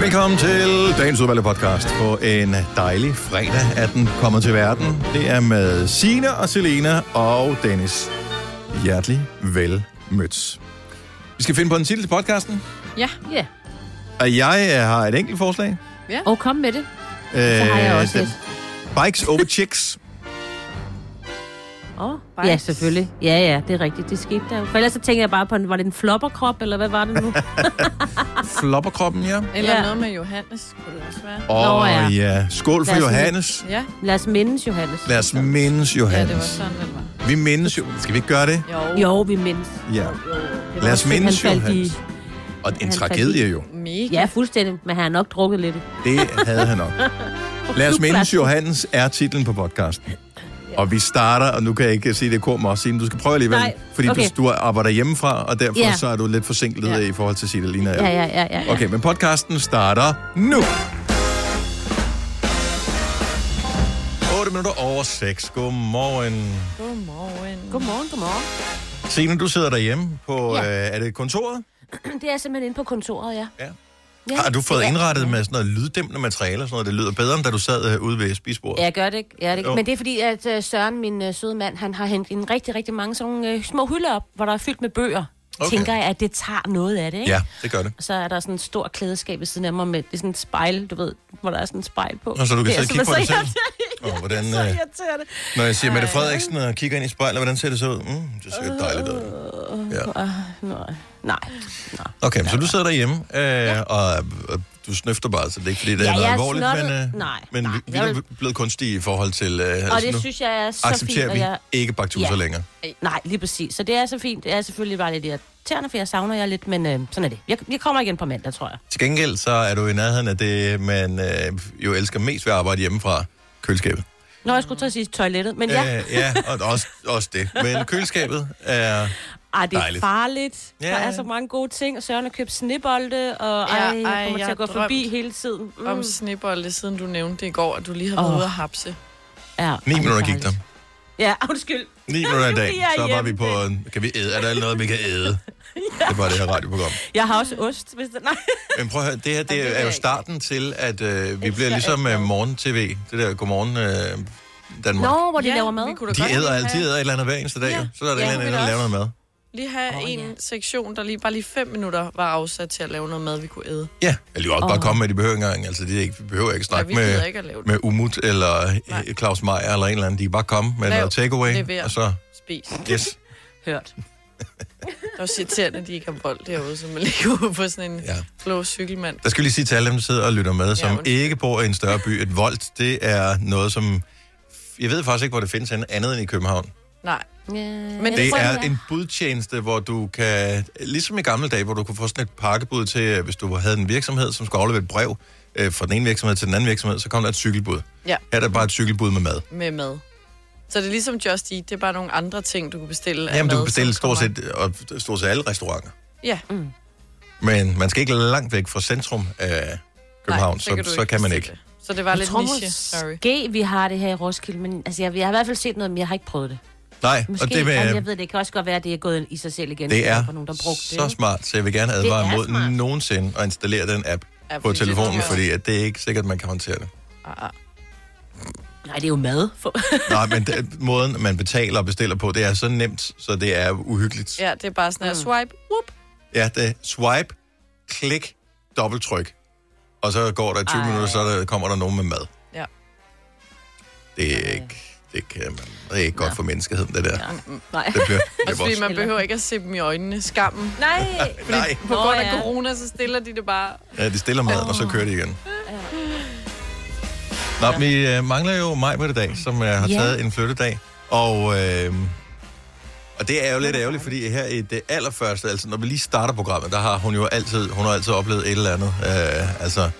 Velkommen til dagens udvalgte podcast på en dejlig fredag, at den kommer til verden. Det er med Sina og Selena og Dennis. Hjertelig velmødt. Vi skal finde på en titel til podcasten, Ja. ja. og jeg øh, har et enkelt forslag. ja. Og kom med det. Øh, Så har jeg også den- et. Bikes over chicks. Oh, Ja, selvfølgelig. Ja, ja, det er rigtigt. Det skete der jo. For ellers så tænker jeg bare på, en- var det en flopperkrop, eller hvad var det nu? Flopperkroppen, ja. Eller Ja. noget med Johannes, kunne det også være. Åh Nå, ja. oh, ja. Skål for Lad os- Johannes. Ja, Lad os mindes, Johannes. Lad os mindes ja det var Johannes. sådan, det var. Vi mindes jo. Skal vi ikke gøre det? Jo, Jo, vi mindes. Ja. Det Lad os var- mindes han faldt i- Johannes. Og en han faldt tragedie i- jo. mega. Ja, fuldstændig. Men han har nok drukket lidt. Det havde han nok. Lad os mindes klubpladsen. Johannes er titlen på podcasten. Og vi starter, og nu kan jeg ikke sige det kort også, men du skal prøve alligevel, Nej, fordi okay. du, du arbejder hjemmefra, og derfor Ja. så er du lidt forsinket Ja. i forhold til Sida Lina. Ja, ja, ja, ja. ja. Okay, men podcasten starter nu. 8 minutter over 6. Godmorgen. Godmorgen. Godmorgen, godmorgen. Signe, du sidder derhjemme på, Ja. øh, er det kontoret? Det er simpelthen inde på kontoret, ja. Ja. ja. Har du fået det er- indrettet med sådan noget lyddæmpende materiale, og sådan noget, det lyder bedre, end da du sad øh, ude ved spisebordet? Ja, jeg gør det ikke. Jeg gør det ikke. Jo. Men det er fordi, at øh, Søren, min øh, søde mand, han har hentet en rigtig, rigtig mange sådan nogle øh, små hylder op, hvor der er fyldt med bøger. Okay. Okay. Tænker jeg, at det tager noget af det, ikke? ja det gør det. Og så er der sådan en stor klædeskab ved siden af mig med det er sådan et spejl, du ved, hvor der er sådan et spejl på. Nå, så du kan Det er sidde og simpelthen kigge på dig så Og hvordan, irriterende. øh, Så irriterende. når jeg siger Mette Frederiksen og kigger ind i spejlet, hvordan ser det så ud? Mm, det ser dejligt ud. Ja. Nej, nej. Okay, så du sidder derhjemme, øh, og, og du snøfter bare, så det er ikke, fordi det Ja, er noget jeg er alvorligt, men, snottet. øh, Nej, men nej, vi, vi jeg er vil- jo blevet kunstige i forhold til... Øh, Og altså, det nu synes jeg er så fint, accepterer og vi jeg... ikke baktuser Ja. længere. Nej, lige præcis. Så det er så fint. Det er selvfølgelig bare lidt irriterende, for jeg savner jer lidt, men øh, sådan er det. Jeg, jeg kommer igen på mandag, tror jeg. Til gengæld så er du i nærheden af det, man øh, jo elsker mest ved at arbejde hjemmefra, køleskabet. Nå, jeg skulle til at sige toilettet, men ja. Øh, ja og også, også det. Men køleskabet er... Ej, det er Dejligt. dejligt. farligt. Ja, Ja, der ja. er så mange gode ting. Og Søren har købt snebolde, og ej, Ja, jeg kommer ej, til jeg at gå har drømt forbi hele tiden. Mm. Om snibolde, siden du nævnte det i går, at du lige har været Åh. ude at hapse. Ja, 9 ej, minutter det er gik der. dejligt. Ja, undskyld. 9 minutter i dag, Fordi jeg er så var vi hjemme. på... en- Kan vi æde? Er der noget, vi kan æde? Det var det her radioprogram. Jeg har også ost, hvis det... Nej. Men prøv at høre, det her det vil det er jeg jo ikke. starten til, at øh, vi Ekstra, bliver ligesom ekstra. øh, morgen-tv. Det der godmorgen øh, Danmark. Nå, hvor de Ja, ja, laver mad. vi kunne da De godt æder lige altid have- æder et eller andet hver eneste dag. Ja. jo. Så er der Ja, et det eller andet, vil der jeg laver noget mad. Lige have Åh, oh, en ja. sektion, der lige bare lige fem minutter var afsat til at lave noget mad, vi kunne æde. Ja, eller også Åh. bare komme med, de behøver ikke engang. Altså, de er ikke, vi behøver ikke Ja, snakke vi gider med, ikke at lave det. med Umut eller øh, Nej. Claus Meier eller en eller anden. De kan bare komme med Lav, noget takeaway, lever. og så... Spis. Yes. Hørt. Det er også irriterende, at de ikke har bold derude, så man ligger ude på sådan en Ja. blå cykelmand. Der skal vi lige sige til alle dem, der sidder og lytter med, som undskyld. ikke bor i en større by, et voldt, det er noget, som... Jeg ved faktisk ikke, hvor det findes henne, andet end i København. Nej, Ja, Men Det tror, er det en budtjeneste, hvor du kan, ligesom i gamle dage, hvor du kunne få sådan et pakkebud til, øh, hvis du havde en virksomhed, som skulle aflevere et brev øh, fra den ene virksomhed til den anden virksomhed, så kom der et cykelbud. Ja. Her er der bare et cykelbud med mad. med mad. Så det er ligesom Just Eat, det er bare nogle andre ting, du kan bestille af Jamen, du mad, kan bestille som kommer- stort set, og stort set alle restauranter. Ja, Men man skal ikke langt væk fra centrum af København, Nej, så, så, kan, du så kan man ikke. bestille det. Så det var jeg lidt tror niche, sorry. måske, vi har det her i Roskilde, men altså, jeg, jeg har i hvert fald set noget, men jeg har ikke prøvet det. Nej, Måske, og det, med, Jamen, jeg ved, det kan også godt være, at det er gået i sig selv igen. fordi Det der er var nogen, der brugte så det. smart, så jeg vil gerne advare Det er mod smart. nogensinde at installere den app Ja, på fordi det telefonen, tror jeg. fordi at det er ikke sikkert, man kan håndtere det. Ah, ah. Nej, det er jo mad. For... Nej, men det, måden, man betaler og bestiller på, det er så nemt, så det er uhyggeligt. Ja, Ja, det er bare sådan Mm. her, swipe, whoop. ja det er swipe, klik, dobbelttryk, og så går der 20 Ej. Ej. minutter, så der, kommer der nogen med mad. Ja. Det er ikke, det kan man, det er ikke godt for menneskeheden, det der. Ja. Nej. Det bliver, det Også bliver fordi vores- man behøver ikke at se dem i øjnene. Skammen. Nej. Nej, På Nå, grund af ja. corona, så stiller de det bare. ja, de stiller maden, og så kører de igen. Nå, men vi øh, mangler jo mig på det dag, som øh, har Ja. taget en flyttedag. Og, øh, og det er jo lidt ærgerligt, fordi her i det allerførste, altså når vi lige starter programmet, der har hun jo altid, hun har altid oplevet et eller andet. Øh, altså,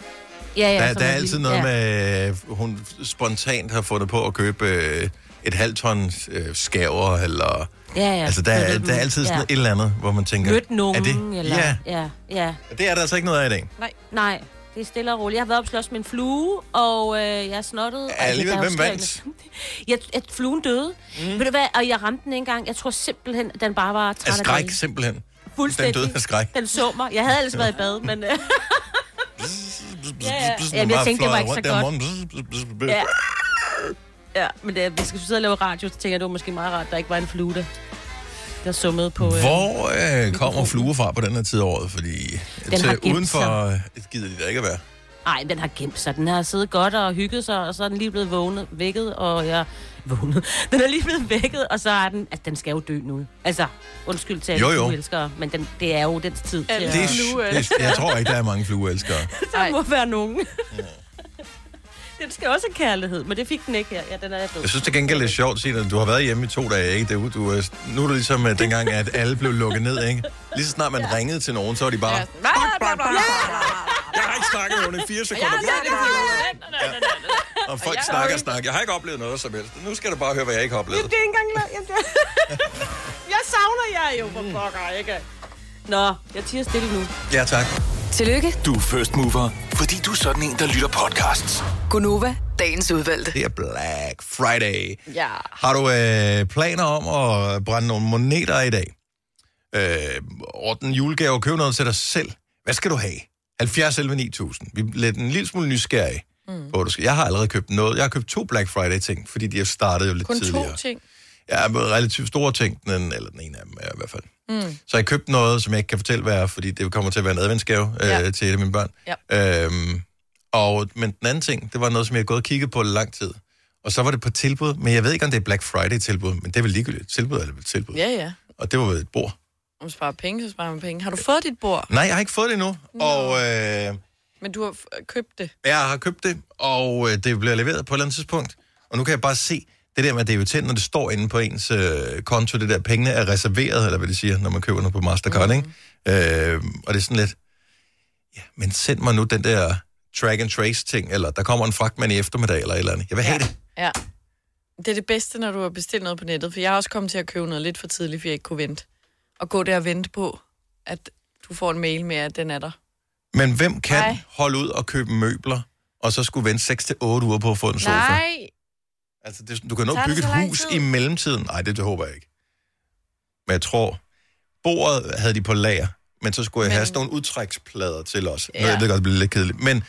Ja, ja, der, som der er en altid lille- noget ja. med, øh, hun spontant har fundet på at købe øh, et halvt ton øh, skaver, eller... Ja, ja. Ja, altså, der, er, der er altid sådan et eller andet, hvor man tænker... Mødt er nogen, det? eller... Ja, ja, ja. det er der altså ikke noget af i dag. Nej, det er stille og roligt. Jeg har været op og slås med en flue, og øh, jeg er snottet. og- alligevel, der er jo hvem vandt? skrevet- Jeg, at fluen døde. Mm. Ved du hvad? Og jeg ramte den ikke engang. Jeg tror simpelthen, at den bare var træt Af skræk, dagen. simpelthen. Den Fuldstændig. døde af skræk. Den så mig. Jeg havde ellers været i bad, men... Øh, Jamen, jeg tænkte, det var ikke så godt. godt. Ja. Ja, men det, er- hvis vi skal sidde og lave radio, så tænker jeg, det var måske meget rart, at der ikke var en flue, der, der summede på... øh, Hvor øh, kommer fluer fra på den her tid af året? Fordi den har gemt til udenfor øh, gider de da ikke at være. Nej, den har gemt sig. Den har siddet godt og hygget sig, og så er den lige blevet vågnet, vækket, og jeg... Vågnet. Den er lige blevet vækket, og så er den... Altså, den skal jo dø nu. Altså, undskyld til Jo, alle jo. flueelskere, men den, det er jo dens tid til Ja. Det at... Det er, Flue, det er, jeg tror ikke, der er mange flueelskere. Ej, må være nogen. den skal også have kærlighed, men det fik den ikke her. Ja, den er død. Jeg synes til gengæld, det er sjovt, Signe, at du har været hjemme i to dage, ikke? Du, du, er- nu er det ligesom uh, dengang, at alle blev lukket ned, ikke? Lige så snart man ja. ringede til nogen, så var de bare... ja. Ja. Bla, bla, bla, bla, bla. Jeg har ikke snakket med nogen i fire Jeg sekunder. har set det Og folk jeg- snakker og snakker. Jeg har ikke oplevet noget som helst. Nu skal du bare høre, hvad jeg ikke har oplevet. er ikke engang lavet. Jeg, jeg savner jer jo, for pokker, ikke? Nå, jeg tiger stille nu. Ja, tak. Tillykke, Du er first mover, fordi du er sådan en, der lytter podcasts. Gunova, dagens udvalgte. Det er Black Friday. Ja. Har du øh, planer om at brænde nogle moneter af i dag? Øh, ordne en julegave og købe noget til dig selv. Hvad skal du have? 70 11 9000. Vi bliver en lille smule nysgerrige. Mm. På, hvad du skal. Jeg har allerede købt noget. Jeg har købt to Black Friday-ting, fordi de har startet jo lidt Kun tidligere. to ting. Ja, men relativt store ting, den, eller den ene af dem er i hvert fald. Mm. Så jeg købte noget, som jeg ikke kan fortælle, hvad er, fordi det kommer til at være en adventsgave ja. Ja. øh, til et af mine børn. Ja. Øhm, og, men den anden ting, det var noget, som jeg havde gået og kigget på lang tid. Og så var det på tilbud, men jeg ved ikke, om det er Black Friday-tilbud, men det er vel ligegyldigt. Tilbud er vel tilbud. Ja, ja. Og det var ved et bord. Om man sparer penge, så sparer man penge. Har du fået dit bord? Nej, jeg har ikke fået det endnu, og øh, Men du har f- købt det. jeg har købt det, og øh, det bliver leveret på et eller andet tidspunkt. Og nu kan jeg bare se, det der med, at det er jo tændt, når det står inde på ens øh, konto, det der, pengene er reserveret, eller hvad det siger, når man køber noget på Mhm. Mastercard, mm. ikke? Øh, og det er sådan lidt, ja, men send mig nu den der track and trace ting, eller der kommer en fragtmand i eftermiddag, eller et eller andet. Jeg vil have det. Ja. Det er det bedste, når du har bestilt noget på nettet, for jeg er også kommet til at købe noget lidt for tidligt, fordi jeg ikke kunne vente. Og gå der og vente på, at du får en mail med, at den er der. Men hvem kan Nej. holde ud og købe møbler, og så skulle vente 6-8 uger på at få en sofa? Nej, Altså, det, du kan nå Tager at det bygge så et lang hus tid? i mellemtiden. Nej, det, det håber jeg ikke. Men jeg tror, bordet havde de på lager, men så skulle jeg men... Men- have sådan nogle udtræksplader til os. Ja. Ja. Jeg ved godt, det bliver lidt kedeligt. Men,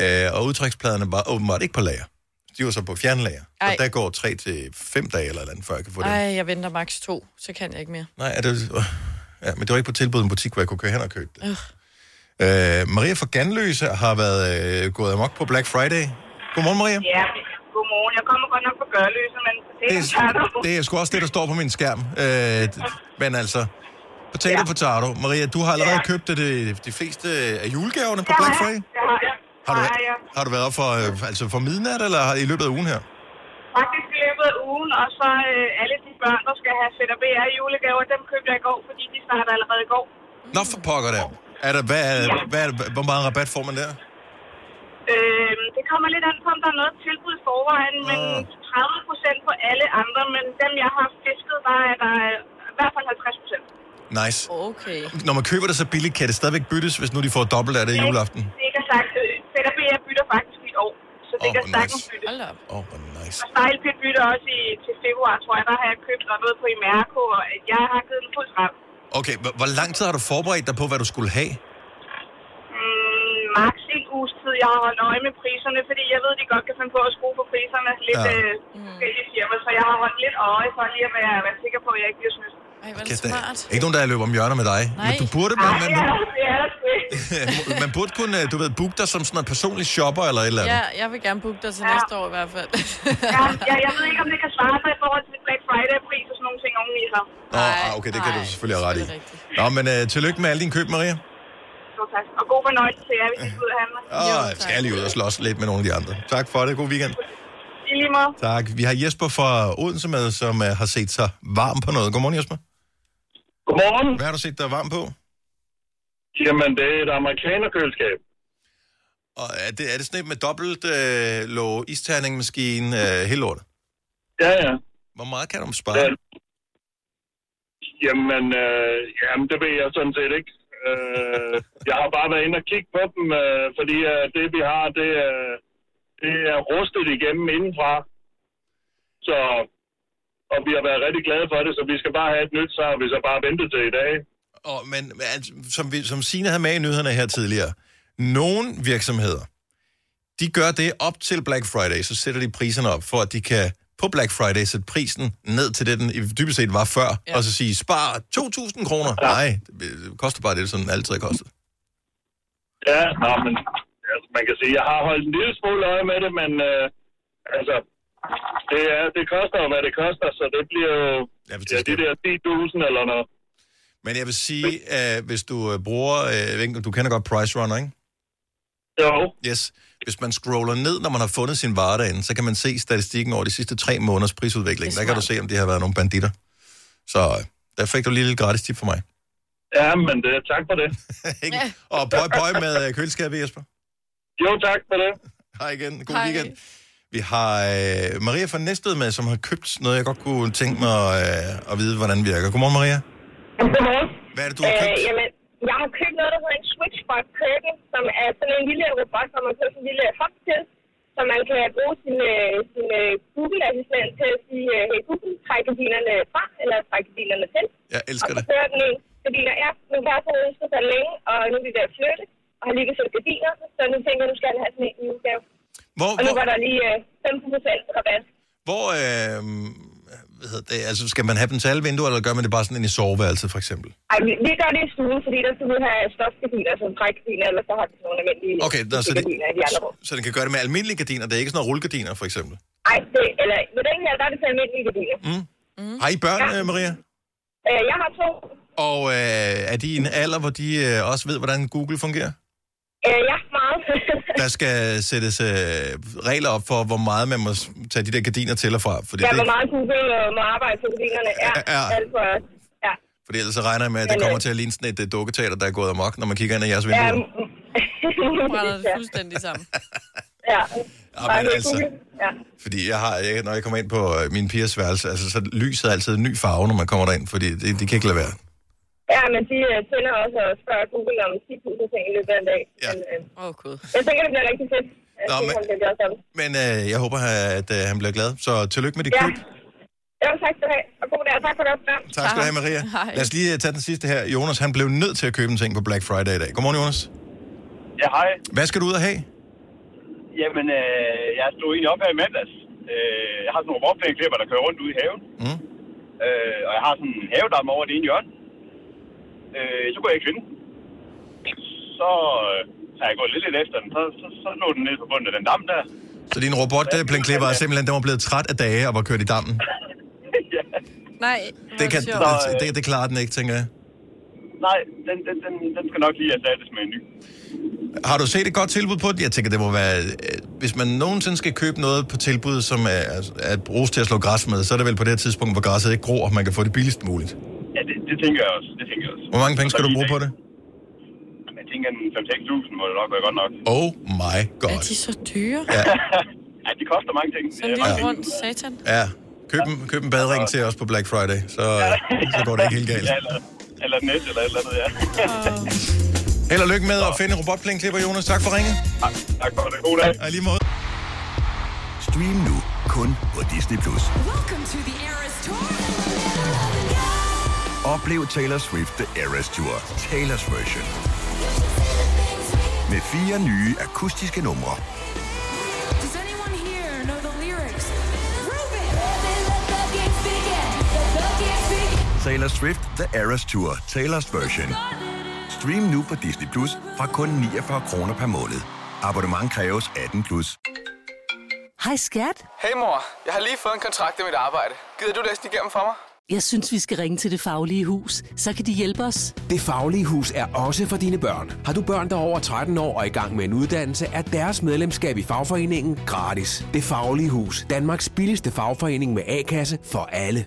øh, og udtrækspladerne var åbenbart ikke på lager. De var så på fjernlager. Ej. Ej. Og der går 3 til fem dage eller et eller andet, før jeg kan få dem. Ej, jeg venter maks to, så kan jeg ikke mere. Nej, er det, ja, men det var ikke på tilbud i en butik, hvor jeg kunne køre hen og købe det. Øh, Maria fra Ganløse har været øh, gået amok på Black Friday. Godmorgen, Maria. Ja, godmorgen. Jeg kommer godt nok fra Gørløse, men det Det er er, det er sgu også det, der står på min skærm. Øh, men altså, potato, ja. potato. Maria, du har allerede ja. Ja. købt det, de fleste øh, af julegaverne på Black Friday. Det har jeg. Har du, har jeg. har du været op for, øh, altså for midnat, eller har- i løbet af ugen her? Faktisk i løbet af ugen, og så øh, alle de børn, der skal have ZBR julegaver, dem købte jeg i går, fordi de starter allerede i går. Nå, for pokker der. Er der hvad, er, hvad er, hvor meget rabat får man der? Øh, det kommer lidt an på, om der er noget tilbud i forvejen, men Ah. 30 procent på alle andre, men dem jeg har fisket, der er der øh, i hvert fald 50 procent. Nice. Okay. Når man køber det så billigt, kan det stadigvæk byttes, hvis nu de får dobbelt af det i juleaften. Det er ikke sagt. øh, ZBR bytter faktisk i år, så det Åh, oh, kan hvor sagtens nice. bytte. Hold da op. Åh, oh, hvor nice. Stejlpit bytter også i, til februar, tror jeg. Der har jeg købt noget på Imerco, og jeg har givet den fuld frem. Okay, hvor- hvor lang tid har du forberedt dig på, hvad du skulle have? Mm, max en uges tid. Jeg har holdt øje med priserne, fordi jeg ved, de godt kan finde på at skrue på priserne lidt Ja. ja. øh, forskellige firmaer, så jeg har holdt lidt øje for lige at være, være sikker på, at jeg ikke bliver snydt. Ej, hvor er det Kæft, der smart. er ikke nogen, der løber om hjørner med dig. Nej. Men du burde Nej, være, det men, er der- det er der sgu ikke. Øh, man burde kunne, øh, du ved, booke dig som sådan en personlig shopper eller et eller andet. Ja, jeg vil gerne booke dig til Ja. næste år i hvert fald. Ja, ja, jeg ved ikke, om det kan svare sig i forhold til Black Friday-pris og sådan nogle ting oveni sig. Nå, ah, okay, det kan nej, du selvfølgelig have ret i. det er rigtigt. Nå, men uh, tillykke med alle dine køb, Maria. Så tak. Og god fornøjelse til jer, hvis I skal ud og handle. Åh, Jo, jeg tak. skal jeg lige ud og slås lidt med nogle af de andre. Tak for det. God weekend. I lige måde. Tak. Vi har Jesper fra Odense med, som uh, har set sig varm på noget. Godmorgen, Jesper. Godmorgen. Hvad har du set dig varm på? Jamen, det er et amerikanerkøleskab. Og er det, er det sådan et med dobbelt uh, låg, isterningmaskine, uh, hele lortet? Ja, ja. Hvor meget kan du ja. spare? Jamen, øh, jamen, det ved jeg sådan set ikke. Øh, jeg har bare været inde og kigge på dem, øh, fordi øh, det, vi har, det, øh, det er rustet igennem indenfra. Så, og vi har været rigtig glade for det, så vi skal bare have et nyt, så har vi så bare ventet til i dag. Og, men altså, som, vi, som Signe havde med i nyhederne her tidligere, Nogle virksomheder, de gør det op til Black Friday, så sætter de priserne op, for at de kan på Black Friday sætte prisen ned til det, den i- dybest set var før, ja. og så sige, spar 2.000 kroner. Ja. Nej, det øh, koster bare det, som den altid har kostet. Ja, nå, men altså, man kan sige, jeg har holdt en lille smule øje med det, men øh, altså, det, er, det koster jo, hvad det koster, så det bliver jo Ja, hvis det ja, skal- de der 10.000 eller noget. Men jeg vil sige, at hvis du øh, bruger, øh, jeg ved ikke, du kender godt Price Runner, ikke? Jo, Yes. Hvis man scroller ned, når man har fundet sin vare derinde, så kan man se statistikken over de sidste tre måneders prisudvikling. Der kan du se, om det har været nogle banditter. Så øh, der fik du lige lidt gratis tip for mig. ja, men det, tak for det. Ikke? Og pøj pøj med øh, køleskabet, Jesper. Jo, tak for det. Hej igen. God Hej. weekend. Vi har øh, Maria fra Næstved med, som har købt noget, jeg godt kunne tænke mig øh, at vide, hvordan virker. Godmorgen, Maria. Godmorgen. Hvad er det, du har Øh, købt? jamen, jeg har købt noget, der hedder en Switchbot Curtain, som er sådan en lille robot, hvor man køber sådan en lille hop til, så man kan bruge sin, øh, sin øh, Google-assistent til at sige, øh, hey Google, træk gardinerne fra, eller træk gardinerne til. Jeg elsker og det. så kører den en gardiner. Ja, nu kan jeg så ønske sig længe, og nu er de der flytte, og har lige sætte gardiner, så nu tænker jeg, nu skal jeg have sådan en i udgave. Hvor, Og nu var hvor, der lige øh, 15% rabat. hvor øh, hvad hedder det, altså, skal man have dem til alle vinduer, eller gør man det bare sådan ind i soveværelset, for eksempel? Ej, vi, vi gør det i stuen, fordi der skal vi have stofgardiner som trækgardiner, eller så har vi sådan nogle almindelige Okay, nå, så, det, gardiner i de andre rum. så den kan gøre det med almindelige gardiner. Det er ikke sådan noget rullegardiner, for eksempel. Ej, det, eller med den her, der er det til almindelige gardiner. Mm. Mm. Har I børn, Ja. øh, Maria? Øh, jeg har to. Og øh, er de i en alder, hvor de øh, også ved, hvordan Google fungerer? Øh, jeg har meget. Der skal sættes øh, regler op for, hvor meget man må s- tage de der gardiner til og fra. Fordi, jeg det, var meget google og må arbejde på gardinerne. Ja, Ja. ja. alt for Ja, fordi ellers så regner jeg med, at det Men, øh, kommer til at ligne sådan et øh, dukketeater, der er gået amok, når man kigger ind i jeres ja. vinduer. mm, brænder det ja, fuldstændig sammen. ja. Ja, Bare men helt altså, Google. Ja. fordi jeg har, jeg, når jeg kommer ind på øh, min pigers værelse, altså, så lyset er altid en ny farve, når man kommer derind, fordi det, de kan ikke lade være. ja, men de øh, tænder også og spørger Google om 10.000 ting i løbet af en dag. Ja. Ja. Men, Åh, øh, oh, gud. jeg tænker, det bliver rigtig fedt. Jeg Nå, Nå, men- tænker, men... det bliver sådan. Men øh, jeg håber, at øh, han bliver glad. Så tillykke med dit Ja. køb. Jo, tak skal du have. Og god dag, og tak for det også. Tak skal du have, Maria. Hej. Lad os lige øh, tage den sidste her. Jonas, han blev nødt til at købe en ting på Black Friday i dag. Godmorgen, Jonas. Ja, hej. Hvad skal du ud og have? Jamen, øh, jeg stod egentlig op her i mandags. Øh, jeg har sådan nogle robotplæneklipper, der kører rundt ude i haven. Mm. Øh, og jeg har sådan en havedam over det ene hjørne. Øh, så kunne jeg ikke finde den. Så øh, har jeg gået lidt, lidt efter den. Så, så, så lå den nede på bunden af den dam der. Så din robotplænklipper er simpelthen, den var blevet træt af dage og var kørt i dammen. ja. Nej, hvor Det, er kan, sjovt. det, det, det klarer den ikke, tænker jeg. Nej, den, den, den, den skal nok lige erstattes med en ny. Har du set et godt tilbud på det? Jeg tænker, det må være... øh, Hvis man nogensinde skal købe noget på tilbud, som er, er bruges til at slå græs med, så er det vel på det her tidspunkt, hvor græsset ikke gror, og man kan få det billigst muligt. Ja, det, det tænker jeg også. Det tænker jeg også. Hvor mange penge skal Og så du lige bruge på i dag. det? Jeg tænker, en 5-6.000 må det nok være godt nok. Oh my Er god. de så dyre? Ja, Ja, det koster mange ting. Det Sådan en er lille mange rund satan. ja. Køb en, køb en badring til os på Black Friday, så, så går det ikke helt ting. galt. Ja, eller, eller et net, eller et eller andet, ja. Held og lykke med at finde robotplænklipper, Jonas. Tak for ringen. Tak- tak for det. God dag. Og i lige måde. Stream nu kun på Disney+. Plus. Oplev Taylor Swift The Eras Tour, Taylor's version. Med fire nye akustiske numre. Taylor Swift The Eras Tour, Taylor's version. Stream nu på Disney Plus fra kun 49 kroner per måned. Abonnement kræves 18 plus. Hej skat. Hey mor, jeg har lige fået en kontrakt med mit arbejde. Gider du læse den igennem for mig? Jeg synes, vi skal ringe til Det Faglige Hus. Så kan de hjælpe os. Det Faglige Hus er også for dine børn. Har du børn, der er over 13 år og i gang med en uddannelse, er deres medlemskab i fagforeningen gratis. Det Faglige Hus. Danmarks billigste fagforening med A-kasse for alle.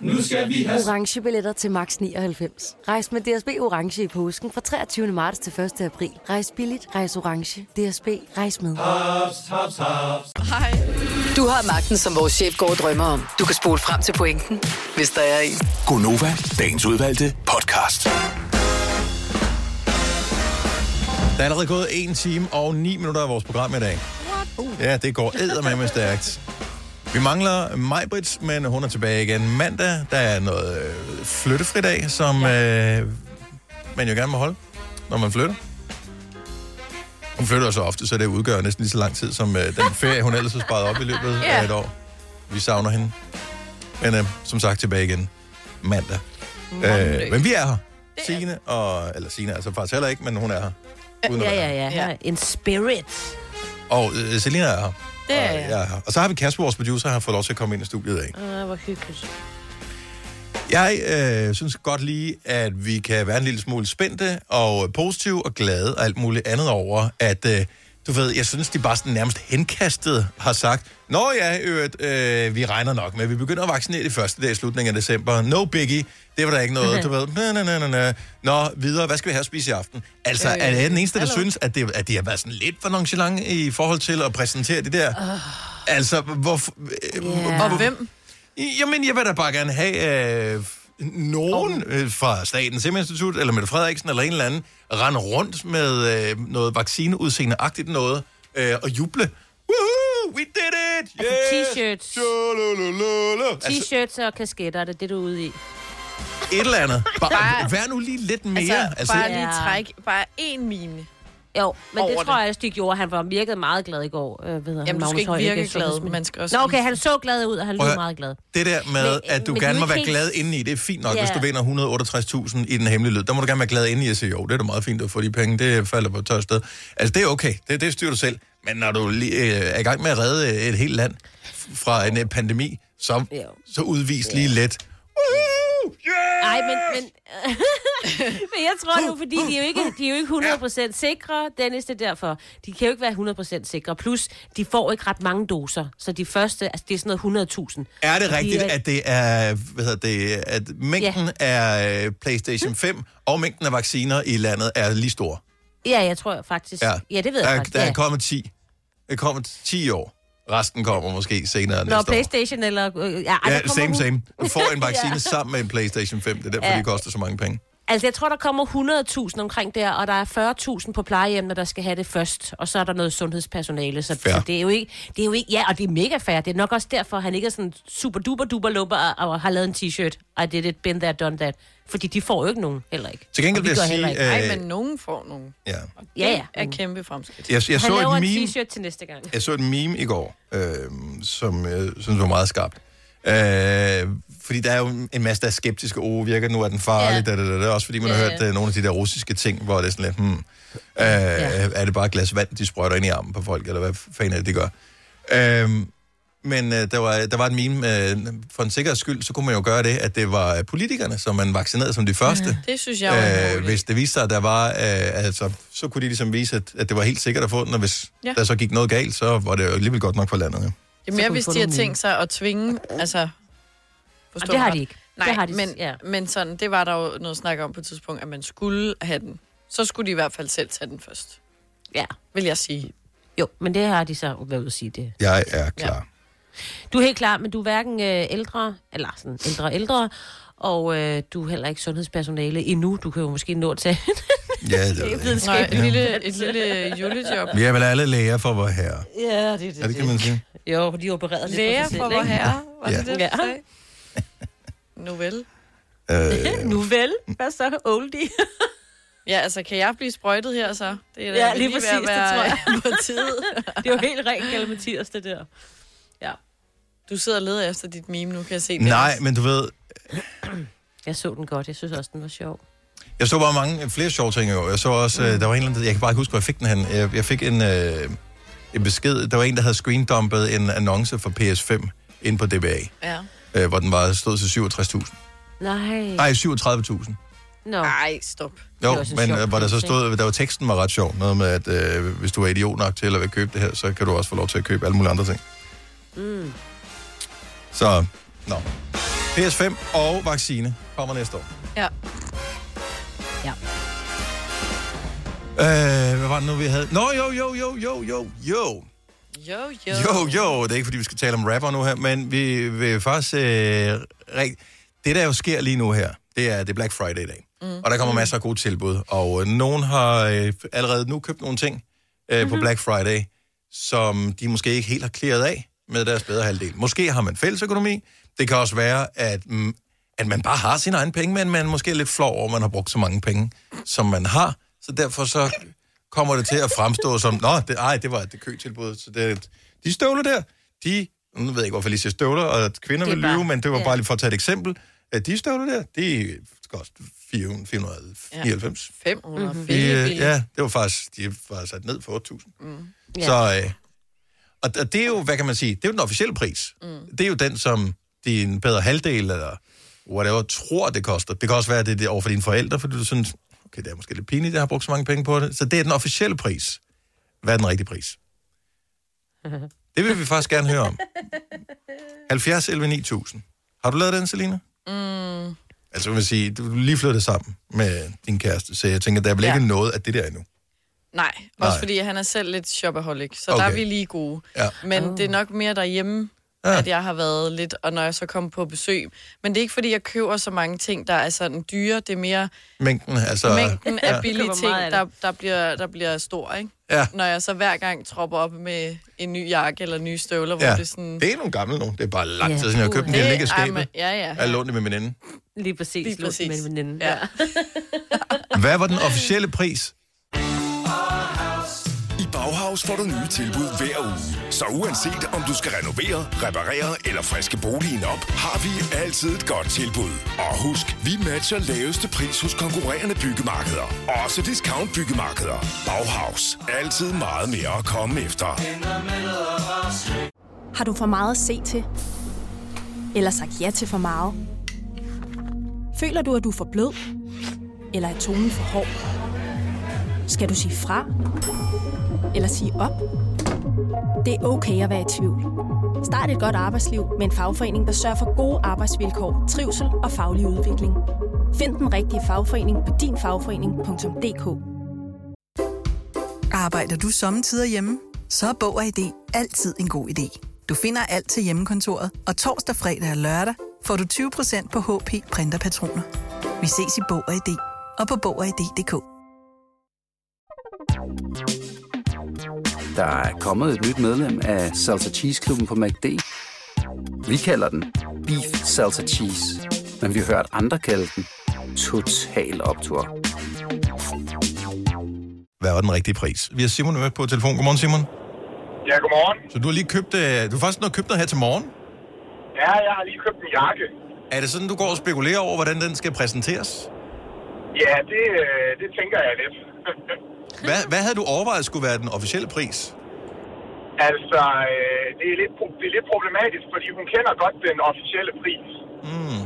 Nu skal vi have Orange billetter til max 99. Rejs med DSB Orange i påsken fra 23. marts til 1. april. Rejs billigt, rejs orange. DSB, rejs med. haps, haps, haps. Hej. Du har magten, som vores chef går og drømmer om. Du kan spole frem til pointen, hvis der er en. Gonova, dagens udvalgte podcast. Der er allerede gået 1 time og 9 minutter af vores program i dag. Ja, det går eddermame stærkt. Vi mangler Majbrits, men hun er tilbage igen mandag. Der er noget øh, flyttefridag, som øh, man jo gerne må holde, når man flytter. Hun flytter så ofte, så det udgør næsten lige så lang tid, som øh, den ferie, hun ellers har sparet op i løbet Ja. af et år. Vi savner hende. Men øh, som sagt, tilbage igen mandag. Øh, men vi er her. Signe og... Eller Signe altså faktisk heller ikke, men hun er her. Uden at Ja, være ja, ja. ja. En spirit. og øh, Selina er her. Det er og, jeg. er her. Og så har vi Kasper, vores producer, har fået lov til at komme ind i studiet af. Ah, hvor hyggeligt. Jeg øh, synes godt lige, at vi kan være en lille smule spændte og positive og glade og alt muligt andet over, at øh, du ved, jeg synes, de bare sådan nærmest henkastet har sagt, Nå ja, øvrigt, øh, vi regner nok med, vi begynder at vaccinere de første dag i slutningen af december. No biggie, det var der ikke noget, du ved. Na, na, na, na, na. Nå, videre, hvad skal vi have at spise i aften? Altså, Øh, øh, er jeg den eneste, der hallo? synes, at, det, at de har været sådan lidt for nonchalant i forhold til at præsentere det der? Altså, hvor... Øh, Yeah. Og hvem? Jamen, jeg vil da bare gerne have øh, nogen øh, fra Statens Serum Institut, eller Mette Frederiksen, eller en eller anden, rende rundt med øh, noget vaccineudseende-agtigt noget, øh, og juble. Woohoo, we did it! Altså t-shirts. Tjolololo. Altså, T-shirts og kasketter, er det det, du er ude i? et eller andet. Bare, Bare- vær nu lige lidt mere. altså, altså, bare lige træk, bare en mine. Jo, men Over det tror det. jeg også, de gjorde. Han var virkede meget glad i går. Øh, ved Jamen, du skal ikke virke glad, man skal også Nå, okay, vise- han så glad ud, og han Prøv at lød høre, meget glad. Det der med, Men, øh, at du men gerne de må er være ikke glad helt- indeni, det er fint nok, Ja. hvis du vinder 168.000 i den hemmelige lyd. Der må du gerne være glad indeni og sige, jo, det er da meget fint at få de penge, det falder på et tørt sted. Altså, det er okay, det, det styrer du selv. Men når du lige, øh, er i gang med at redde øh, et helt land f- fra en øh, pandemi, så, så udvis lige lidt. Nej, men, men, men jeg tror Uh, nu, fordi de er, jo ikke, de er jo ikke 100% sikre, Dennis, det er derfor. De kan jo ikke være 100% sikre. Plus, de får ikke ret mange doser, så de første, altså det er sådan noget 100.000. Er det De rigtigt, er- at det er, hvad hedder det, at mængden af øh, PlayStation 5 og mængden af vacciner i landet er lige stor? Ja, jeg tror faktisk. Ja, ja det ved der, jeg er- faktisk. Der er ja. kommet 10. Der er kommet 10 år. Resten kommer måske senere Når næste år. Playstation eller... Øh, ja, ej, der Ja, kommer same, hun- same. Du får en vaccine Ja. ja. sammen med en PlayStation 5. Det er derfor, Ja. ja. de koster så mange penge. Altså, jeg tror, der kommer 100.000 omkring der, og der er 40.000 på plejehjemmene, der skal have det først. Og så er der noget sundhedspersonale, så, Fair. så det, er jo ikke, det er jo ikke... Ja, og det er mega fair. Det er nok også derfor, han ikke er sådan super duper duper lumper og, og har lavet en t-shirt. I did it, been there, done that. Fordi de får jo ikke nogen, heller ikke. Til gengæld Og vi vil jeg gør heller sige, ikke. Nej, øh, men nogen får nogen. Ja. Ja, ja. Det er kæmpe fremskridt. Jeg- jeg han så et laver meme. en t-shirt til næste gang. Jeg så et meme i går, øh, som jeg synes var meget skarpt. Øh, fordi der er jo en masse, der er skeptiske. Oh, virker den nu, er den farlig? Ja. Da, da, da, da. Også fordi man ja, Ja, har ja. hørt øh, nogle af de der russiske ting, hvor det er sådan lidt, hmm, øh, ja. er det bare et glas vand, de sprøjter ind i armen på folk, eller hvad fanden er det, de gør? Øh, men øh, der, var, der var et meme, øh, for en sikkerheds skyld, så kunne man jo gøre det, at det var øh, politikerne, som man vaccinerede som de første. Det synes jeg var en øh, Hvis det viste sig, at der var, øh, altså, så kunne de ligesom vise, at, at det var helt sikkert at få den, og hvis Ja. ja. der så gik noget galt, så var det jo alligevel godt nok for landet. Ja. Det er mere, hvis de har tænkt sig at tvinge, altså... forstå Og det har mig de ret. ikke. Nej, Det har de- men, ja. men sådan, det var der jo noget snak om på et tidspunkt, at man skulle have den. Så skulle de i hvert fald selv tage den først. Ja. Vil jeg sige. Jo, men det har de så været ude at sige det. Jeg er klar. Du er helt klar, men du er hverken øh, ældre, eller sådan ældre ældre, og øh, du er heller ikke sundhedspersonale endnu. Du kan jo måske nå til Ja, ja det er det. et Nej, videnskabeligt et lille, et lille julejob. Vi er vel alle læger for vores herre. Ja, det er det. Er det kan man sige? Jo, de opererede lidt Læger på sig selv, for ikke? vor herre, var det Ja. det, Ja. du sagde? Nu vel. Øh, Nu vel, hvad så oldie? Ja, altså, kan jeg blive sprøjtet her så? Det da ja, lige, ved at præcis, det være- tror jeg. på tide. det er jo helt rent galt Mathias, det der. Ja. Du sidder og leder efter dit meme nu, kan jeg se. Dennis. nej, men du ved, Jeg så den godt, jeg synes også, den var sjov. jeg så bare mange flere sjove ting i år. Jeg så også, mm. der var en eller anden, jeg kan bare ikke huske, hvor jeg fik den hen. Jeg, jeg fik en, øh, en besked, der var en, der havde screendumpet en annonce for PS5 ind på DBA, Ja. øh, hvor den var stod til 67.000. Nej. Nej, 37.000. No. Nej, stop. Jo, men øh, hvor der så stod, der var teksten var ret sjov, noget med, at øh, hvis du er idiot nok til at vil købe det her, så kan du også få lov til at købe alle mulige andre ting. Mm. Så, nå. PS5 og vaccine kommer næste år. Ja. Ja. Øh, hvad var det nu, vi havde? Nå, jo, jo, jo, jo, jo, jo. Jo, jo. Jo, jo, det er ikke, fordi vi skal tale om rapper nu her, men vi vil faktisk... Øh, rigt... Det, der jo sker lige nu her, det er, det er Black Friday i dag. Mm. Og der kommer masser af gode tilbud, og øh, nogen har øh, allerede nu købt nogle ting øh, mm-hmm. på Black Friday, som de måske ikke helt har klaret af med deres bedre halvdel. Måske har man fælles økonomi. Det kan også være, at, mm, at man bare har sine egne penge, men man er måske er lidt flov over, at man har brugt så mange penge, som man har. Så derfor så kommer det til at fremstå som, nå, det, ej, det var et køtilbud. Så det, de støvler der, de, nu ved jeg ikke, hvorfor jeg lige siger støvler, og at kvinder Det er vil bare- lyve, men det var ja. bare lige for at tage et eksempel. At de støvler der, de koster 400 499. 500. Mhm. Mm-hmm. Mm-hmm. De, øh, ja, det var faktisk, de var sat ned for 8.000. Mm. Ja. Så, øh, og og det er jo, hvad kan man sige, det er jo den officielle pris. Mm. Det er jo den, som din bedre halvdel, eller whatever, tror, det koster. Det kan også være, at det er det over for dine forældre, fordi du synes, okay, det er måske lidt pinligt, at jeg har brugt så mange penge på det. Så det er den officielle pris. Hvad er den rigtige pris? Det vil vi faktisk gerne høre om. 70 11 9000. Har du lavet den, Selina? Mm. Altså, jeg vil sige, du er lige flyttet sammen med din kæreste, så jeg tænker, der er vel Ja. ikke noget af det der endnu. Nej, også Nej. fordi han er selv lidt shopaholic, så Okay. der er vi lige gode. Ja. Men Ah. det er nok mere derhjemme, Ja. ja. at jeg har været lidt, og når jeg så kom på besøg. Men det er ikke, fordi jeg køber så mange ting, der er sådan dyre. Det er mere Mængden, altså... så, mængden af ja. billige Køber ting, meget af det. der, der, bliver, der bliver stor, ikke? Ja. Når jeg så hver gang tropper op med en ny jakke eller nye støvler, hvor Ja, det er sådan... det er nogle gamle nogle. Det er bare lang Ja. tid siden, jeg har købt dem. De har Det- ligget i ej, skabet. men- ja, ja. Jeg lånte dem med min anden. Lige præcis. Lige præcis. Med en veninde. Ja. Hvad var den officielle pris? I Bauhaus får du nye tilbud hver uge. Så uanset om du skal renovere, reparere eller friske boligen op, har vi altid et godt tilbud. Og husk, vi matcher laveste pris hos konkurrerende byggemarkeder. Også discount byggemarkeder. Bauhaus. Altid meget mere at komme efter. Har du for meget at se til? Eller sagt ja til for meget? Føler du, at du er for blød? Eller er tonen for hård? Skal du sige fra? Eller sige op? Det er okay at være i tvivl. Start et godt arbejdsliv med en fagforening, der sørger for gode arbejdsvilkår, trivsel og faglig udvikling. Find den rigtige fagforening på dinfagforening.dk. Arbejder du sommetider hjemme? Så er Bog og ID altid en god idé. Du finder alt til hjemmekontoret, og torsdag, fredag og lørdag får du 20% på HP Printerpatroner. Vi ses i Bog og ID og på Bog og ID.dk. Der er kommet et nyt medlem af Salsa Cheese Klubben på MACD. Vi kalder den Beef Salsa Cheese, men vi har hørt andre kalde den Total Optor. Hvad var den rigtige pris? Vi har Simon med på telefon. Godmorgen, Simon. Ja, godmorgen. Så du har lige købt... øh, Du har faktisk noget købt noget her til morgen. Ja, jeg har lige købt en jakke. Er det sådan, du går og spekulerer over, hvordan den skal præsenteres? Ja, det, øh, det tænker jeg lidt. Hvad, hvad havde du overvejet skulle være den officielle pris? Altså, øh, det, er lidt, pro- det er lidt problematisk, fordi hun kender godt den officielle pris. Mm.